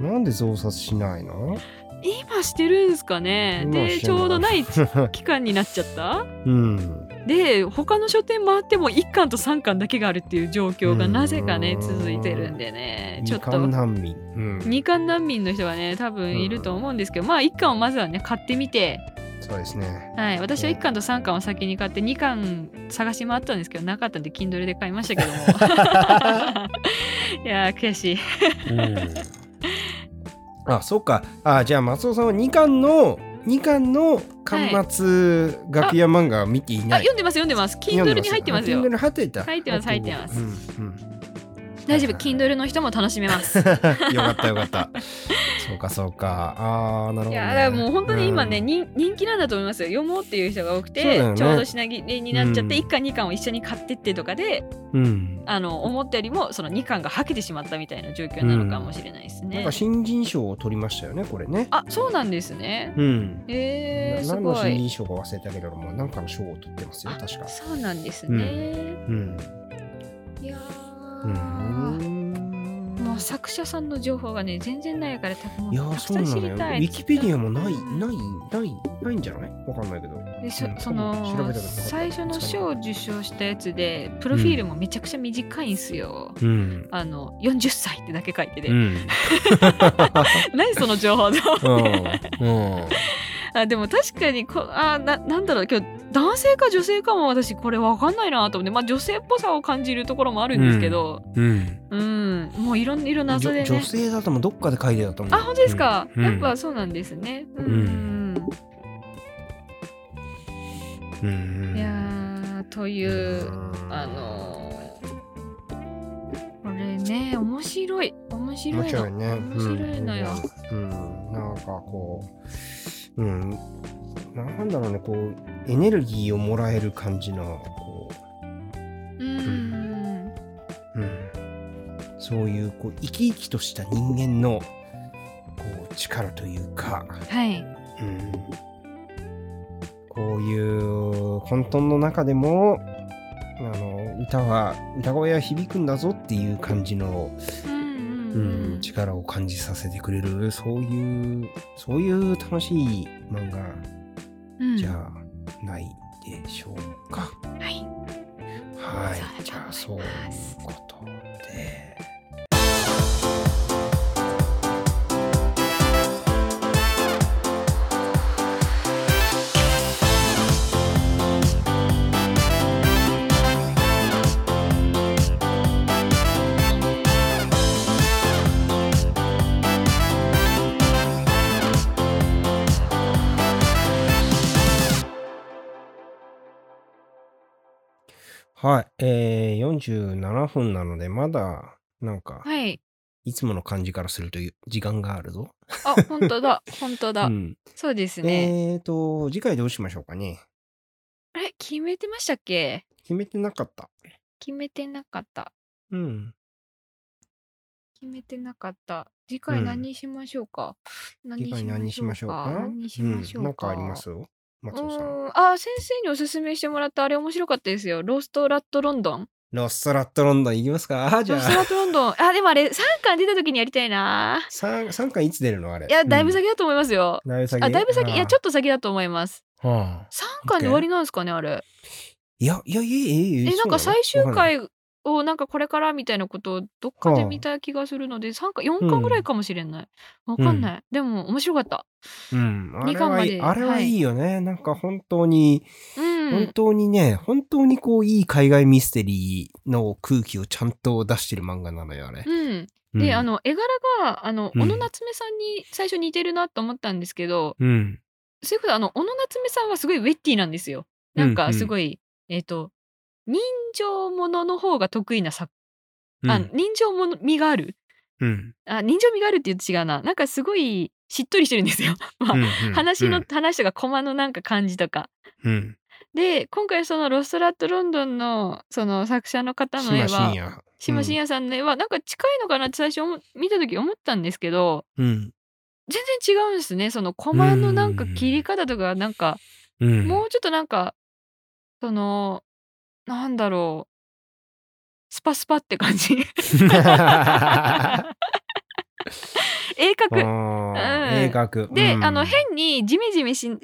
[SPEAKER 1] なんで増刷しないの、
[SPEAKER 2] 今してるんですかね
[SPEAKER 1] 今
[SPEAKER 2] で
[SPEAKER 1] して
[SPEAKER 2] ち
[SPEAKER 1] んの
[SPEAKER 2] ょうどない期間になっちゃった
[SPEAKER 1] うん、
[SPEAKER 2] で他の書店回っても1巻と3巻だけがあるっていう状況がなぜかね
[SPEAKER 1] うーん
[SPEAKER 2] 続いてるんでねちょ
[SPEAKER 1] 二
[SPEAKER 2] っと
[SPEAKER 1] 巻難民。うん
[SPEAKER 2] 2巻難民の人がね多分いると思うんですけどまあ1巻をまずはね買ってみて、
[SPEAKER 1] そうです ね。
[SPEAKER 2] はい、私は1巻と3巻を先に買って2巻探し回ったんですけどなかったんで Kindle で買いましたけど もいやー悔しい
[SPEAKER 1] うんあ、そうか。あ、じゃあ松尾さんは2巻の、2巻の巻末楽屋漫画は見てい
[SPEAKER 2] あ
[SPEAKER 1] ない。
[SPEAKER 2] 読んでます読んでます Kindle に入ってますよ
[SPEAKER 1] Kindle に入ってた。
[SPEAKER 2] 入ってます入ってます
[SPEAKER 1] うんうん
[SPEAKER 2] 大丈夫 Kindle の人も楽しめま す
[SPEAKER 1] よかったよかった。そうかそうか。ああなるほど、ね。
[SPEAKER 2] いやだからもう本当に今ね、
[SPEAKER 1] うん
[SPEAKER 2] 人人気なんだと思いますよ読もうっていう人が多く
[SPEAKER 1] そうだ
[SPEAKER 2] て、
[SPEAKER 1] よね
[SPEAKER 2] ちょうど品切れになっちゃって、
[SPEAKER 1] うん
[SPEAKER 2] 1巻2巻を一緒に買ってってとかで
[SPEAKER 1] うん。
[SPEAKER 2] あの思ったよりもその2巻がはけてしまったみたいな状況なのかもしれないです
[SPEAKER 1] なん
[SPEAKER 2] ね
[SPEAKER 1] か、新人賞を取りましたよねこれね。
[SPEAKER 2] あそうなんですね
[SPEAKER 1] うん。
[SPEAKER 2] えー、
[SPEAKER 1] な
[SPEAKER 2] す
[SPEAKER 1] 何の
[SPEAKER 2] ご
[SPEAKER 1] 新
[SPEAKER 2] い
[SPEAKER 1] 人賞か忘れたけれどもなんかの賞を取ってますよ
[SPEAKER 2] あ
[SPEAKER 1] 確か。
[SPEAKER 2] そうなんですね、
[SPEAKER 1] うん。
[SPEAKER 2] いや
[SPEAKER 1] う
[SPEAKER 2] ー、
[SPEAKER 1] ん。
[SPEAKER 2] の作者さんの情報がね全然ないから多分も
[SPEAKER 1] いやー
[SPEAKER 2] たく
[SPEAKER 1] そう
[SPEAKER 2] さん
[SPEAKER 1] な
[SPEAKER 2] 知
[SPEAKER 1] の
[SPEAKER 2] り
[SPEAKER 1] よウ
[SPEAKER 2] たい
[SPEAKER 1] ィキペディアもない
[SPEAKER 2] うん
[SPEAKER 1] ないないないんじゃないわかんないけど
[SPEAKER 2] でそ
[SPEAKER 1] うん
[SPEAKER 2] そ
[SPEAKER 1] 調べた
[SPEAKER 2] の
[SPEAKER 1] ことなかった
[SPEAKER 2] 最初の賞を受賞したやつでプロフィールもめちゃくちゃ短いんすよ、
[SPEAKER 1] うん
[SPEAKER 2] あの40歳ってだけ書いてて、
[SPEAKER 1] うん
[SPEAKER 2] 何その情報
[SPEAKER 1] うんうん
[SPEAKER 2] あでも確かにこあななんだろう今日男性か女性かも私これ分かんないなと思ってまあ女性っぽさを感じるところもあるんですけど
[SPEAKER 1] うん
[SPEAKER 2] うん、もういろんないろ謎でね
[SPEAKER 1] 女女性だともどっかで書いてあったもん
[SPEAKER 2] あ本当ですか、
[SPEAKER 1] うん
[SPEAKER 2] やっぱそうなんですねうん、
[SPEAKER 1] うん
[SPEAKER 2] うん
[SPEAKER 1] うん
[SPEAKER 2] いやーといううんあのーこれね面白い面白いの
[SPEAKER 1] 面白いね
[SPEAKER 2] 面白いのよ、
[SPEAKER 1] うん、うんなんかこううんなんだろうねこうエネルギーをもらえる感じのこ
[SPEAKER 2] うん
[SPEAKER 1] う、うん、そういうこう生き生きとした人間のこう力というか、
[SPEAKER 2] はい
[SPEAKER 1] うん、こういう混沌の中でもあの歌は歌声は響くんだぞっていう感じの
[SPEAKER 2] うんうんうん、
[SPEAKER 1] うん、力を感じさせてくれるそういうそういう楽しい漫画
[SPEAKER 2] うん
[SPEAKER 1] じゃないでしょうか。
[SPEAKER 2] はい
[SPEAKER 1] はい
[SPEAKER 2] そ
[SPEAKER 1] じゃあそうい
[SPEAKER 2] うだと思いま、す
[SPEAKER 1] うことで。はい、えー、47分なので、まだ、なんか、
[SPEAKER 2] はい
[SPEAKER 1] いつもの感じからするという時間があるぞ。
[SPEAKER 2] あ本当 だ本当だ、
[SPEAKER 1] うん、
[SPEAKER 2] そうですね、
[SPEAKER 1] えーと、次回どうしましょうかね。
[SPEAKER 2] あれ決めてましたっけ
[SPEAKER 1] 決めてなかった。
[SPEAKER 2] 決めてなかった
[SPEAKER 1] うん。
[SPEAKER 2] 決めてなかった次
[SPEAKER 1] う
[SPEAKER 2] 回
[SPEAKER 1] ん
[SPEAKER 2] 何しましょうか、
[SPEAKER 1] 次回何しましょうか
[SPEAKER 2] 何しましょ
[SPEAKER 1] んな
[SPEAKER 2] うん
[SPEAKER 1] か
[SPEAKER 2] か、
[SPEAKER 1] あります松尾さん。
[SPEAKER 2] うーんあー先生におすすめしてもらったあれ面白かったですよローストラットロンドン
[SPEAKER 1] ロストラットロンドン行きますかじ
[SPEAKER 2] ロー
[SPEAKER 1] ゃ
[SPEAKER 2] ストラ
[SPEAKER 1] あ
[SPEAKER 2] ットロ ンドンあでもあれ3巻出た時にやりたいな
[SPEAKER 1] 3, 三巻いつ出るのあれ
[SPEAKER 2] いやだい
[SPEAKER 1] う
[SPEAKER 2] ぶ
[SPEAKER 1] ん
[SPEAKER 2] 先だと思いますよ、
[SPEAKER 1] だいぶ先
[SPEAKER 2] あだいぶ先いやちょ
[SPEAKER 1] っ
[SPEAKER 2] っと先だと思います
[SPEAKER 1] と、はあ
[SPEAKER 2] 3巻で終わりなんですかねあれ
[SPEAKER 1] いやいやいやいやいや
[SPEAKER 2] えなんか
[SPEAKER 1] そう
[SPEAKER 2] 最終
[SPEAKER 1] のわかんない
[SPEAKER 2] 回をなんかこれからみたいなことをどっかで見た気がするので3巻4巻ぐらいかもしれない、わかんない、でも面白かった
[SPEAKER 1] うんあ
[SPEAKER 2] 二
[SPEAKER 1] れ
[SPEAKER 2] 巻ま
[SPEAKER 1] は
[SPEAKER 2] で
[SPEAKER 1] いいあれは
[SPEAKER 2] はい
[SPEAKER 1] いいよね、なんか本当に、
[SPEAKER 2] うん
[SPEAKER 1] 本当にね本当にこういい海外ミステリーの空気をちゃんと出してる漫画なのよあれ、
[SPEAKER 2] うん、
[SPEAKER 1] うん、
[SPEAKER 2] で、あの絵柄があの
[SPEAKER 1] うん
[SPEAKER 2] 小野夏目さんに最初似てるなと思ったんですけど、
[SPEAKER 1] うん
[SPEAKER 2] そういうことあの小野夏目さんはすごいウェッティなんですよなんかすごい、えっ、と人情ものの方が得意な作、
[SPEAKER 1] うん
[SPEAKER 2] あ人情もの味がある
[SPEAKER 1] うん
[SPEAKER 2] あ人情味があるって言うと違うななんかすごいしっとりしてるんですよ、まあ
[SPEAKER 1] うん
[SPEAKER 2] 話の、
[SPEAKER 1] うん
[SPEAKER 2] 話とかコマのなんか感じとか
[SPEAKER 1] うん、
[SPEAKER 2] で今回その「ロストラット・ロンドンの」その作者の方の絵
[SPEAKER 1] 島
[SPEAKER 2] は
[SPEAKER 1] 深夜
[SPEAKER 2] 島信也さんの絵はなんか近いのかなって最初思見た時思ったんですけど
[SPEAKER 1] うん
[SPEAKER 2] 全然違うんですねそのコマのなんか切り方とかなんか
[SPEAKER 1] うん
[SPEAKER 2] もうちょっとなんかそのなんだろうスパスパって感じ 鋭角うん
[SPEAKER 1] 鋭角
[SPEAKER 2] で、
[SPEAKER 1] うん
[SPEAKER 2] あの変にジメジメしジメ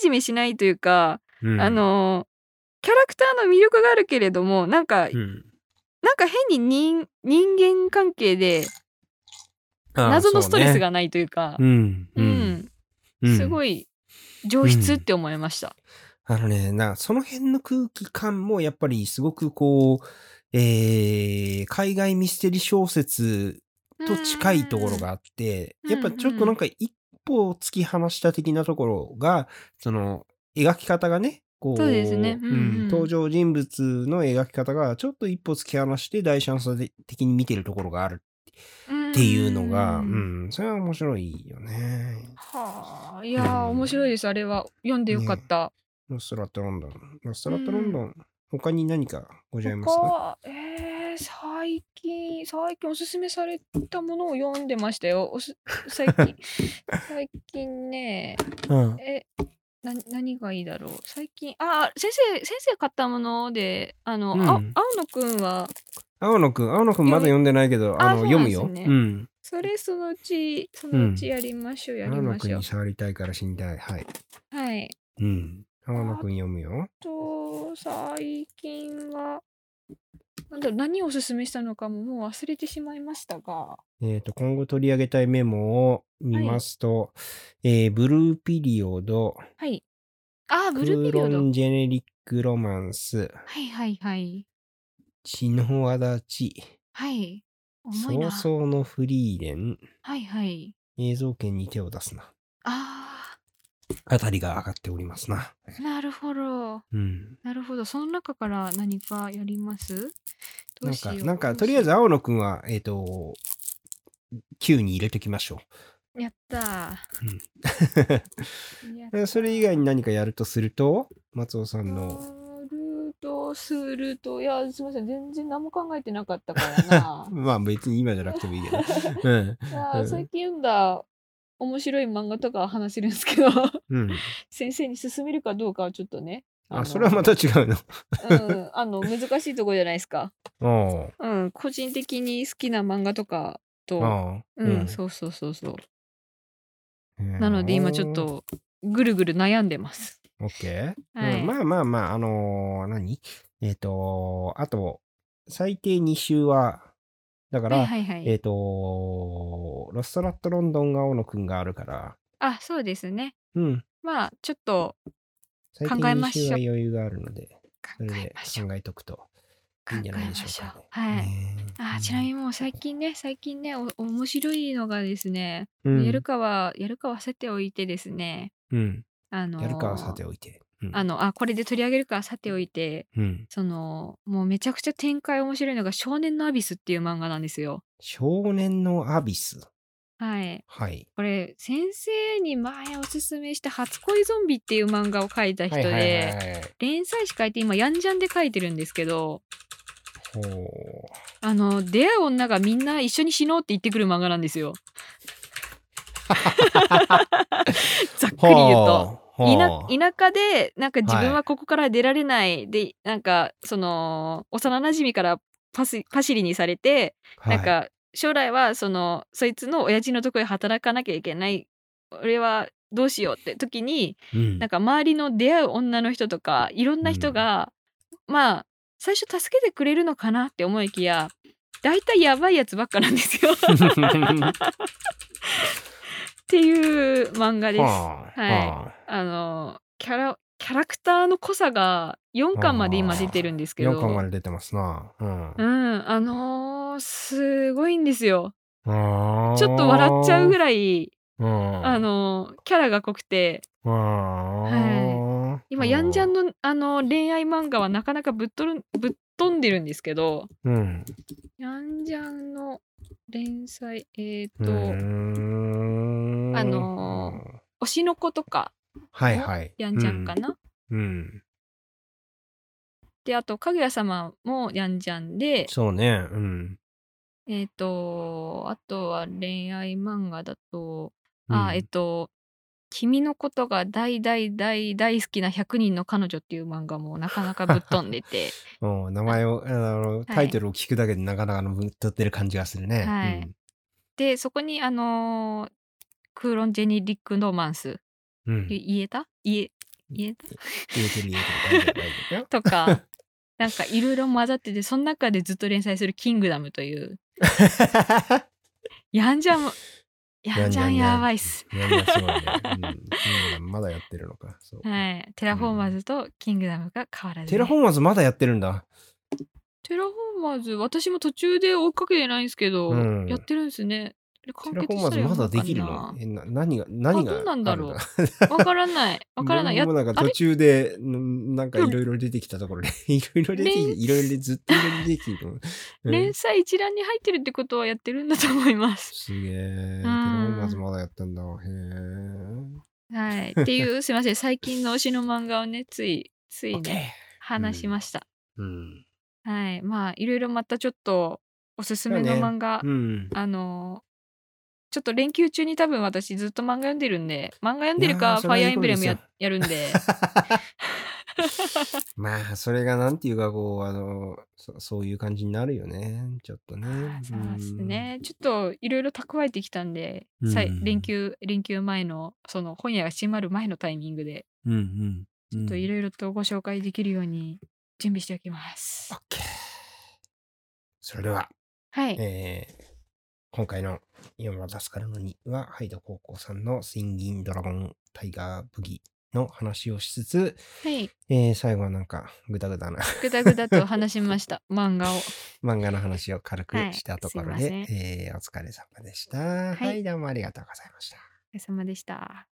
[SPEAKER 2] ジメしないというか
[SPEAKER 1] うん
[SPEAKER 2] あのキャラクターの魅力があるけれどもなんか、
[SPEAKER 1] うん
[SPEAKER 2] なんか変に人人間関係で
[SPEAKER 1] あ
[SPEAKER 2] 謎のストレス
[SPEAKER 1] そうね
[SPEAKER 2] がないというか
[SPEAKER 1] うん
[SPEAKER 2] う、ん、す
[SPEAKER 1] い
[SPEAKER 2] ごい上質って思いました。
[SPEAKER 1] あのねなその辺の空気感もやっぱりすごくこうえー海外ミステリー小説と近いところがあって
[SPEAKER 2] うん
[SPEAKER 1] やっぱちょっとなんか一歩突き放した的なところがその描き方がねこう
[SPEAKER 2] そうですねうんうん
[SPEAKER 1] うん登場人物の描き方がちょっと一歩突き放して第三者的に見てるところがある
[SPEAKER 2] うん
[SPEAKER 1] っていうのが、う
[SPEAKER 2] うん
[SPEAKER 1] ん、それは面白いよね。
[SPEAKER 2] はあいやー面白いですあれは読んでよかった。
[SPEAKER 1] ノストラットロンドン。ノストラットロンドン、他に何かございますか
[SPEAKER 2] 他えー、最近最近おすすめされたものを読んでましたよ。おす最近最近ね
[SPEAKER 1] うん。
[SPEAKER 2] えな何がいいだろう最近あー先生先生買ったものであの、
[SPEAKER 1] うん
[SPEAKER 2] あ青野くんは
[SPEAKER 1] 青野くん、青野くんまだ読んでないけど、あ
[SPEAKER 2] あ
[SPEAKER 1] の、
[SPEAKER 2] そう
[SPEAKER 1] 読
[SPEAKER 2] な
[SPEAKER 1] む
[SPEAKER 2] んですね
[SPEAKER 1] よ。うん。
[SPEAKER 2] それそのうちそのうちやりましょう、やり
[SPEAKER 1] 青野
[SPEAKER 2] ま
[SPEAKER 1] く
[SPEAKER 2] し
[SPEAKER 1] ん
[SPEAKER 2] ょう
[SPEAKER 1] に触りたいから死にたい。はい。
[SPEAKER 2] はい
[SPEAKER 1] うん。青野くん読むよ。
[SPEAKER 2] と最近はなんだろう何をおすすめしたのかももう忘れてしまいましたが
[SPEAKER 1] えっ、と、今後取り上げたいメモを見ますと、えーブルーピリオド、
[SPEAKER 2] はいあー
[SPEAKER 1] ク
[SPEAKER 2] ブル
[SPEAKER 1] ー
[SPEAKER 2] ーピリ
[SPEAKER 1] ロ
[SPEAKER 2] オド
[SPEAKER 1] ンジェネリックロマンス、
[SPEAKER 2] はいはいはい
[SPEAKER 1] 血の輪立ち、
[SPEAKER 2] はい重いな
[SPEAKER 1] 早々のフリーレン、
[SPEAKER 2] はいはい
[SPEAKER 1] 映像権に手を出すな。
[SPEAKER 2] あ
[SPEAKER 1] あたりが上がっておりますな。
[SPEAKER 2] ーなるほど
[SPEAKER 1] うん。
[SPEAKER 2] なるほどその中から何かやります
[SPEAKER 1] な
[SPEAKER 2] どうんしよ
[SPEAKER 1] か、
[SPEAKER 2] う
[SPEAKER 1] なんか、
[SPEAKER 2] ど
[SPEAKER 1] と
[SPEAKER 2] うし
[SPEAKER 1] り
[SPEAKER 2] よ
[SPEAKER 1] あ
[SPEAKER 2] う
[SPEAKER 1] えず青野くんは、えっ、と、9に入れときましょ
[SPEAKER 2] やったやっ
[SPEAKER 1] う。でそれ以外に何かやるとすると、松尾さんの、
[SPEAKER 2] るとするといやすみません全然何も考えてなかったから な
[SPEAKER 1] まあ別に今じゃなくてもいいけ ど、うん。
[SPEAKER 2] いやー
[SPEAKER 1] うん
[SPEAKER 2] 最近読んだ面白い漫画とかは話せるんですけど
[SPEAKER 1] うん。
[SPEAKER 2] 先生に勧めるかどうかはちょっとね
[SPEAKER 1] あ、それはまた違うの。
[SPEAKER 2] た、うん、あの難しいとこじゃないですか、
[SPEAKER 1] おう
[SPEAKER 2] うん、個人的に好きな漫画とかと
[SPEAKER 1] ああ
[SPEAKER 2] うん、
[SPEAKER 1] うん
[SPEAKER 2] そうそうそうそう
[SPEAKER 1] うん
[SPEAKER 2] なので今ちょっ。とぐるぐる悩んでます
[SPEAKER 1] オッケ
[SPEAKER 2] は
[SPEAKER 1] ー。
[SPEAKER 2] い
[SPEAKER 1] うんまあまあまあ、あのー、何えっと、あと、最低2週は、だか
[SPEAKER 2] は
[SPEAKER 1] ら、
[SPEAKER 2] いはいはい、
[SPEAKER 1] えっと、ロストラットロンドンが青野くんがあるから、
[SPEAKER 2] あそうですね
[SPEAKER 1] うん。
[SPEAKER 2] まあちょっと
[SPEAKER 1] 最低
[SPEAKER 2] 考えま
[SPEAKER 1] 2
[SPEAKER 2] しょう
[SPEAKER 1] 週は余裕があるので、そ
[SPEAKER 2] 考
[SPEAKER 1] れ
[SPEAKER 2] え
[SPEAKER 1] で
[SPEAKER 2] ましょう
[SPEAKER 1] 考えとくとい
[SPEAKER 2] 考
[SPEAKER 1] い
[SPEAKER 2] え
[SPEAKER 1] んじゃない
[SPEAKER 2] ま
[SPEAKER 1] でし
[SPEAKER 2] し
[SPEAKER 1] ょ
[SPEAKER 2] ょ
[SPEAKER 1] う
[SPEAKER 2] う
[SPEAKER 1] かね。
[SPEAKER 2] はい、
[SPEAKER 1] ねえ
[SPEAKER 2] あーちなみにもう最近ね最近ねお面白いのがですね、
[SPEAKER 1] うん
[SPEAKER 2] やるかはやるかはさておいてですね
[SPEAKER 1] うん。
[SPEAKER 2] あのー
[SPEAKER 1] やるかはさておいて。うん
[SPEAKER 2] あのあこれで取り上げるかはさておいて
[SPEAKER 1] うん。
[SPEAKER 2] そのもうめちゃくちゃ展開面白いのが「少年のアビス」っていう漫画なんですよ。
[SPEAKER 1] 少年のアビス。
[SPEAKER 2] はい
[SPEAKER 1] はい。
[SPEAKER 2] これ先生に前おすすめした「初恋ゾンビ」っていう漫画を描いた人
[SPEAKER 1] はいはいはい
[SPEAKER 2] で
[SPEAKER 1] はい。
[SPEAKER 2] 連載誌書いて今ヤンジャンで書いてるんですけど
[SPEAKER 1] ほう。
[SPEAKER 2] あの出会う女がみんな一緒に死のうって言ってくる漫画な んですよ。ざっくり言うと。
[SPEAKER 1] ほう。ほう
[SPEAKER 2] 田田舎でなんか自分
[SPEAKER 1] は
[SPEAKER 2] はここから出られない、でなんかその幼なじみからパスパシリにされて、
[SPEAKER 1] はい
[SPEAKER 2] なんか将来はそのそいつの親父のとこへ働かなきゃいけない俺はどうしようって時に
[SPEAKER 1] うん
[SPEAKER 2] なんか周りの出会う女の人とかいろんな人が、まあ最初助けてくれるのかなって思いきや大体やばいやつばっかなん ですよっていう漫画です。
[SPEAKER 1] はあ
[SPEAKER 2] はい
[SPEAKER 1] はあ
[SPEAKER 2] あのキャラキャラクターの濃さが4巻まで今出てるんですけど
[SPEAKER 1] 4巻まで出てますな。うん
[SPEAKER 2] うんあのーすごいんですよ
[SPEAKER 1] あー
[SPEAKER 2] ちょっと笑っちゃうぐらい
[SPEAKER 1] うん
[SPEAKER 2] あのーキャラが濃くて
[SPEAKER 1] あー
[SPEAKER 2] はい今ヤンジャンのあのー恋愛漫画はなかなかぶっとるぶっ飛んでるんですけど
[SPEAKER 1] うん
[SPEAKER 2] ヤンジャンの連載えっ、
[SPEAKER 1] う
[SPEAKER 2] と、
[SPEAKER 1] ーん
[SPEAKER 2] あのー
[SPEAKER 1] うん
[SPEAKER 2] 推しの子とか
[SPEAKER 1] はいはい
[SPEAKER 2] ヤンジャンかな、
[SPEAKER 1] うんうん
[SPEAKER 2] であとかぐや様もヤンジャンで
[SPEAKER 1] そうねうん
[SPEAKER 2] えっ、と、あとは恋愛漫画だと、あ、えっと、君のことが大大大大好きな100人の彼女っていう漫画もなかなかぶっ飛んでて、
[SPEAKER 1] うん名前をあのタイトルを聞くだけでなかなかのぶっとってる感じがするね
[SPEAKER 2] はいで、そこにあのークーロンジェニリック・ロマンス、
[SPEAKER 1] うんうん
[SPEAKER 2] い言えた言え、言え
[SPEAKER 1] 言えてる言えてる大丈夫大丈夫よ
[SPEAKER 2] たとか、なんかいろいろ混ざってて、その中でずっと連載するキングダムという、 やんじゃん、やんじゃんやばいっす。。
[SPEAKER 1] やんじゃんすごいね。うん、まだやってるのか。そう
[SPEAKER 2] はい。テラフォーマーズとキングダムが変わらず、ね。
[SPEAKER 1] テラフォーマーズまだやってるんだ。
[SPEAKER 2] テラフォーマーズ私も途中で追いかけてないんですけど、
[SPEAKER 1] うん
[SPEAKER 2] やってるんですね。あ
[SPEAKER 1] テ
[SPEAKER 2] れ完
[SPEAKER 1] ラフォ
[SPEAKER 2] 結
[SPEAKER 1] ー
[SPEAKER 2] し
[SPEAKER 1] マー
[SPEAKER 2] た
[SPEAKER 1] ズまだでき
[SPEAKER 2] ら読む
[SPEAKER 1] る
[SPEAKER 2] の
[SPEAKER 1] の
[SPEAKER 2] か
[SPEAKER 1] えな何が、何が
[SPEAKER 2] あどうなんだろう
[SPEAKER 1] ある
[SPEAKER 2] なわからない。わから ない。や
[SPEAKER 1] 僕もなんか
[SPEAKER 2] あれ
[SPEAKER 1] 途中で、んなんかいろいろ出てきたところで、 いろいろ出てきて、
[SPEAKER 2] 連
[SPEAKER 1] いろいろずっといろいろ出てきてる。うん
[SPEAKER 2] 連載一覧に入ってるってことはやってるんだと思います。
[SPEAKER 1] すげえ。テラフォーマーズまだやってんだ。へえ。
[SPEAKER 2] はい。っていう、すいません。最近の推しの漫画をね、つい、ついね、話しました。
[SPEAKER 1] OK うん。
[SPEAKER 2] はい。まあ、いろいろまたちょっと、おすすめの
[SPEAKER 1] そうね
[SPEAKER 2] 漫画、
[SPEAKER 1] うん。
[SPEAKER 2] あのちょっと連休中に多分私ずっと漫画読んでるんで、漫画読んでる
[SPEAKER 1] いや
[SPEAKER 2] か
[SPEAKER 1] ー
[SPEAKER 2] ファイアーエンブレム
[SPEAKER 1] それはいい
[SPEAKER 2] や
[SPEAKER 1] こと
[SPEAKER 2] やるんで、
[SPEAKER 1] まあ、それがなんていうか、こう、あの、そそういう感じになるよね。ちょっとね。
[SPEAKER 2] そうですね。ちょっといろいろ蓄えてきたんで、
[SPEAKER 1] うん
[SPEAKER 2] さい連休、連休前の、その本屋が閉まる前のタイミングで、
[SPEAKER 1] うん。うんうん。ち
[SPEAKER 2] ちょっとい
[SPEAKER 1] る。
[SPEAKER 2] ろいろとご紹介できるように準備しておきます。
[SPEAKER 1] オッケー。それでは、
[SPEAKER 2] はい。
[SPEAKER 1] えー、今回の今は助かるのには、ハイド高校さんのスインギンドラゴンタイガーブギの話をしつつ、
[SPEAKER 2] はい。
[SPEAKER 1] えー、最後はなんかグダグダな
[SPEAKER 2] ぐだぐだと話しました。漫画を。
[SPEAKER 1] 漫画の話を軽く
[SPEAKER 2] はい
[SPEAKER 1] したところ
[SPEAKER 2] すい
[SPEAKER 1] で、
[SPEAKER 2] ませ
[SPEAKER 1] えーお疲れ様でした。はい、どうもありがとうございました。
[SPEAKER 2] お疲れ様でした。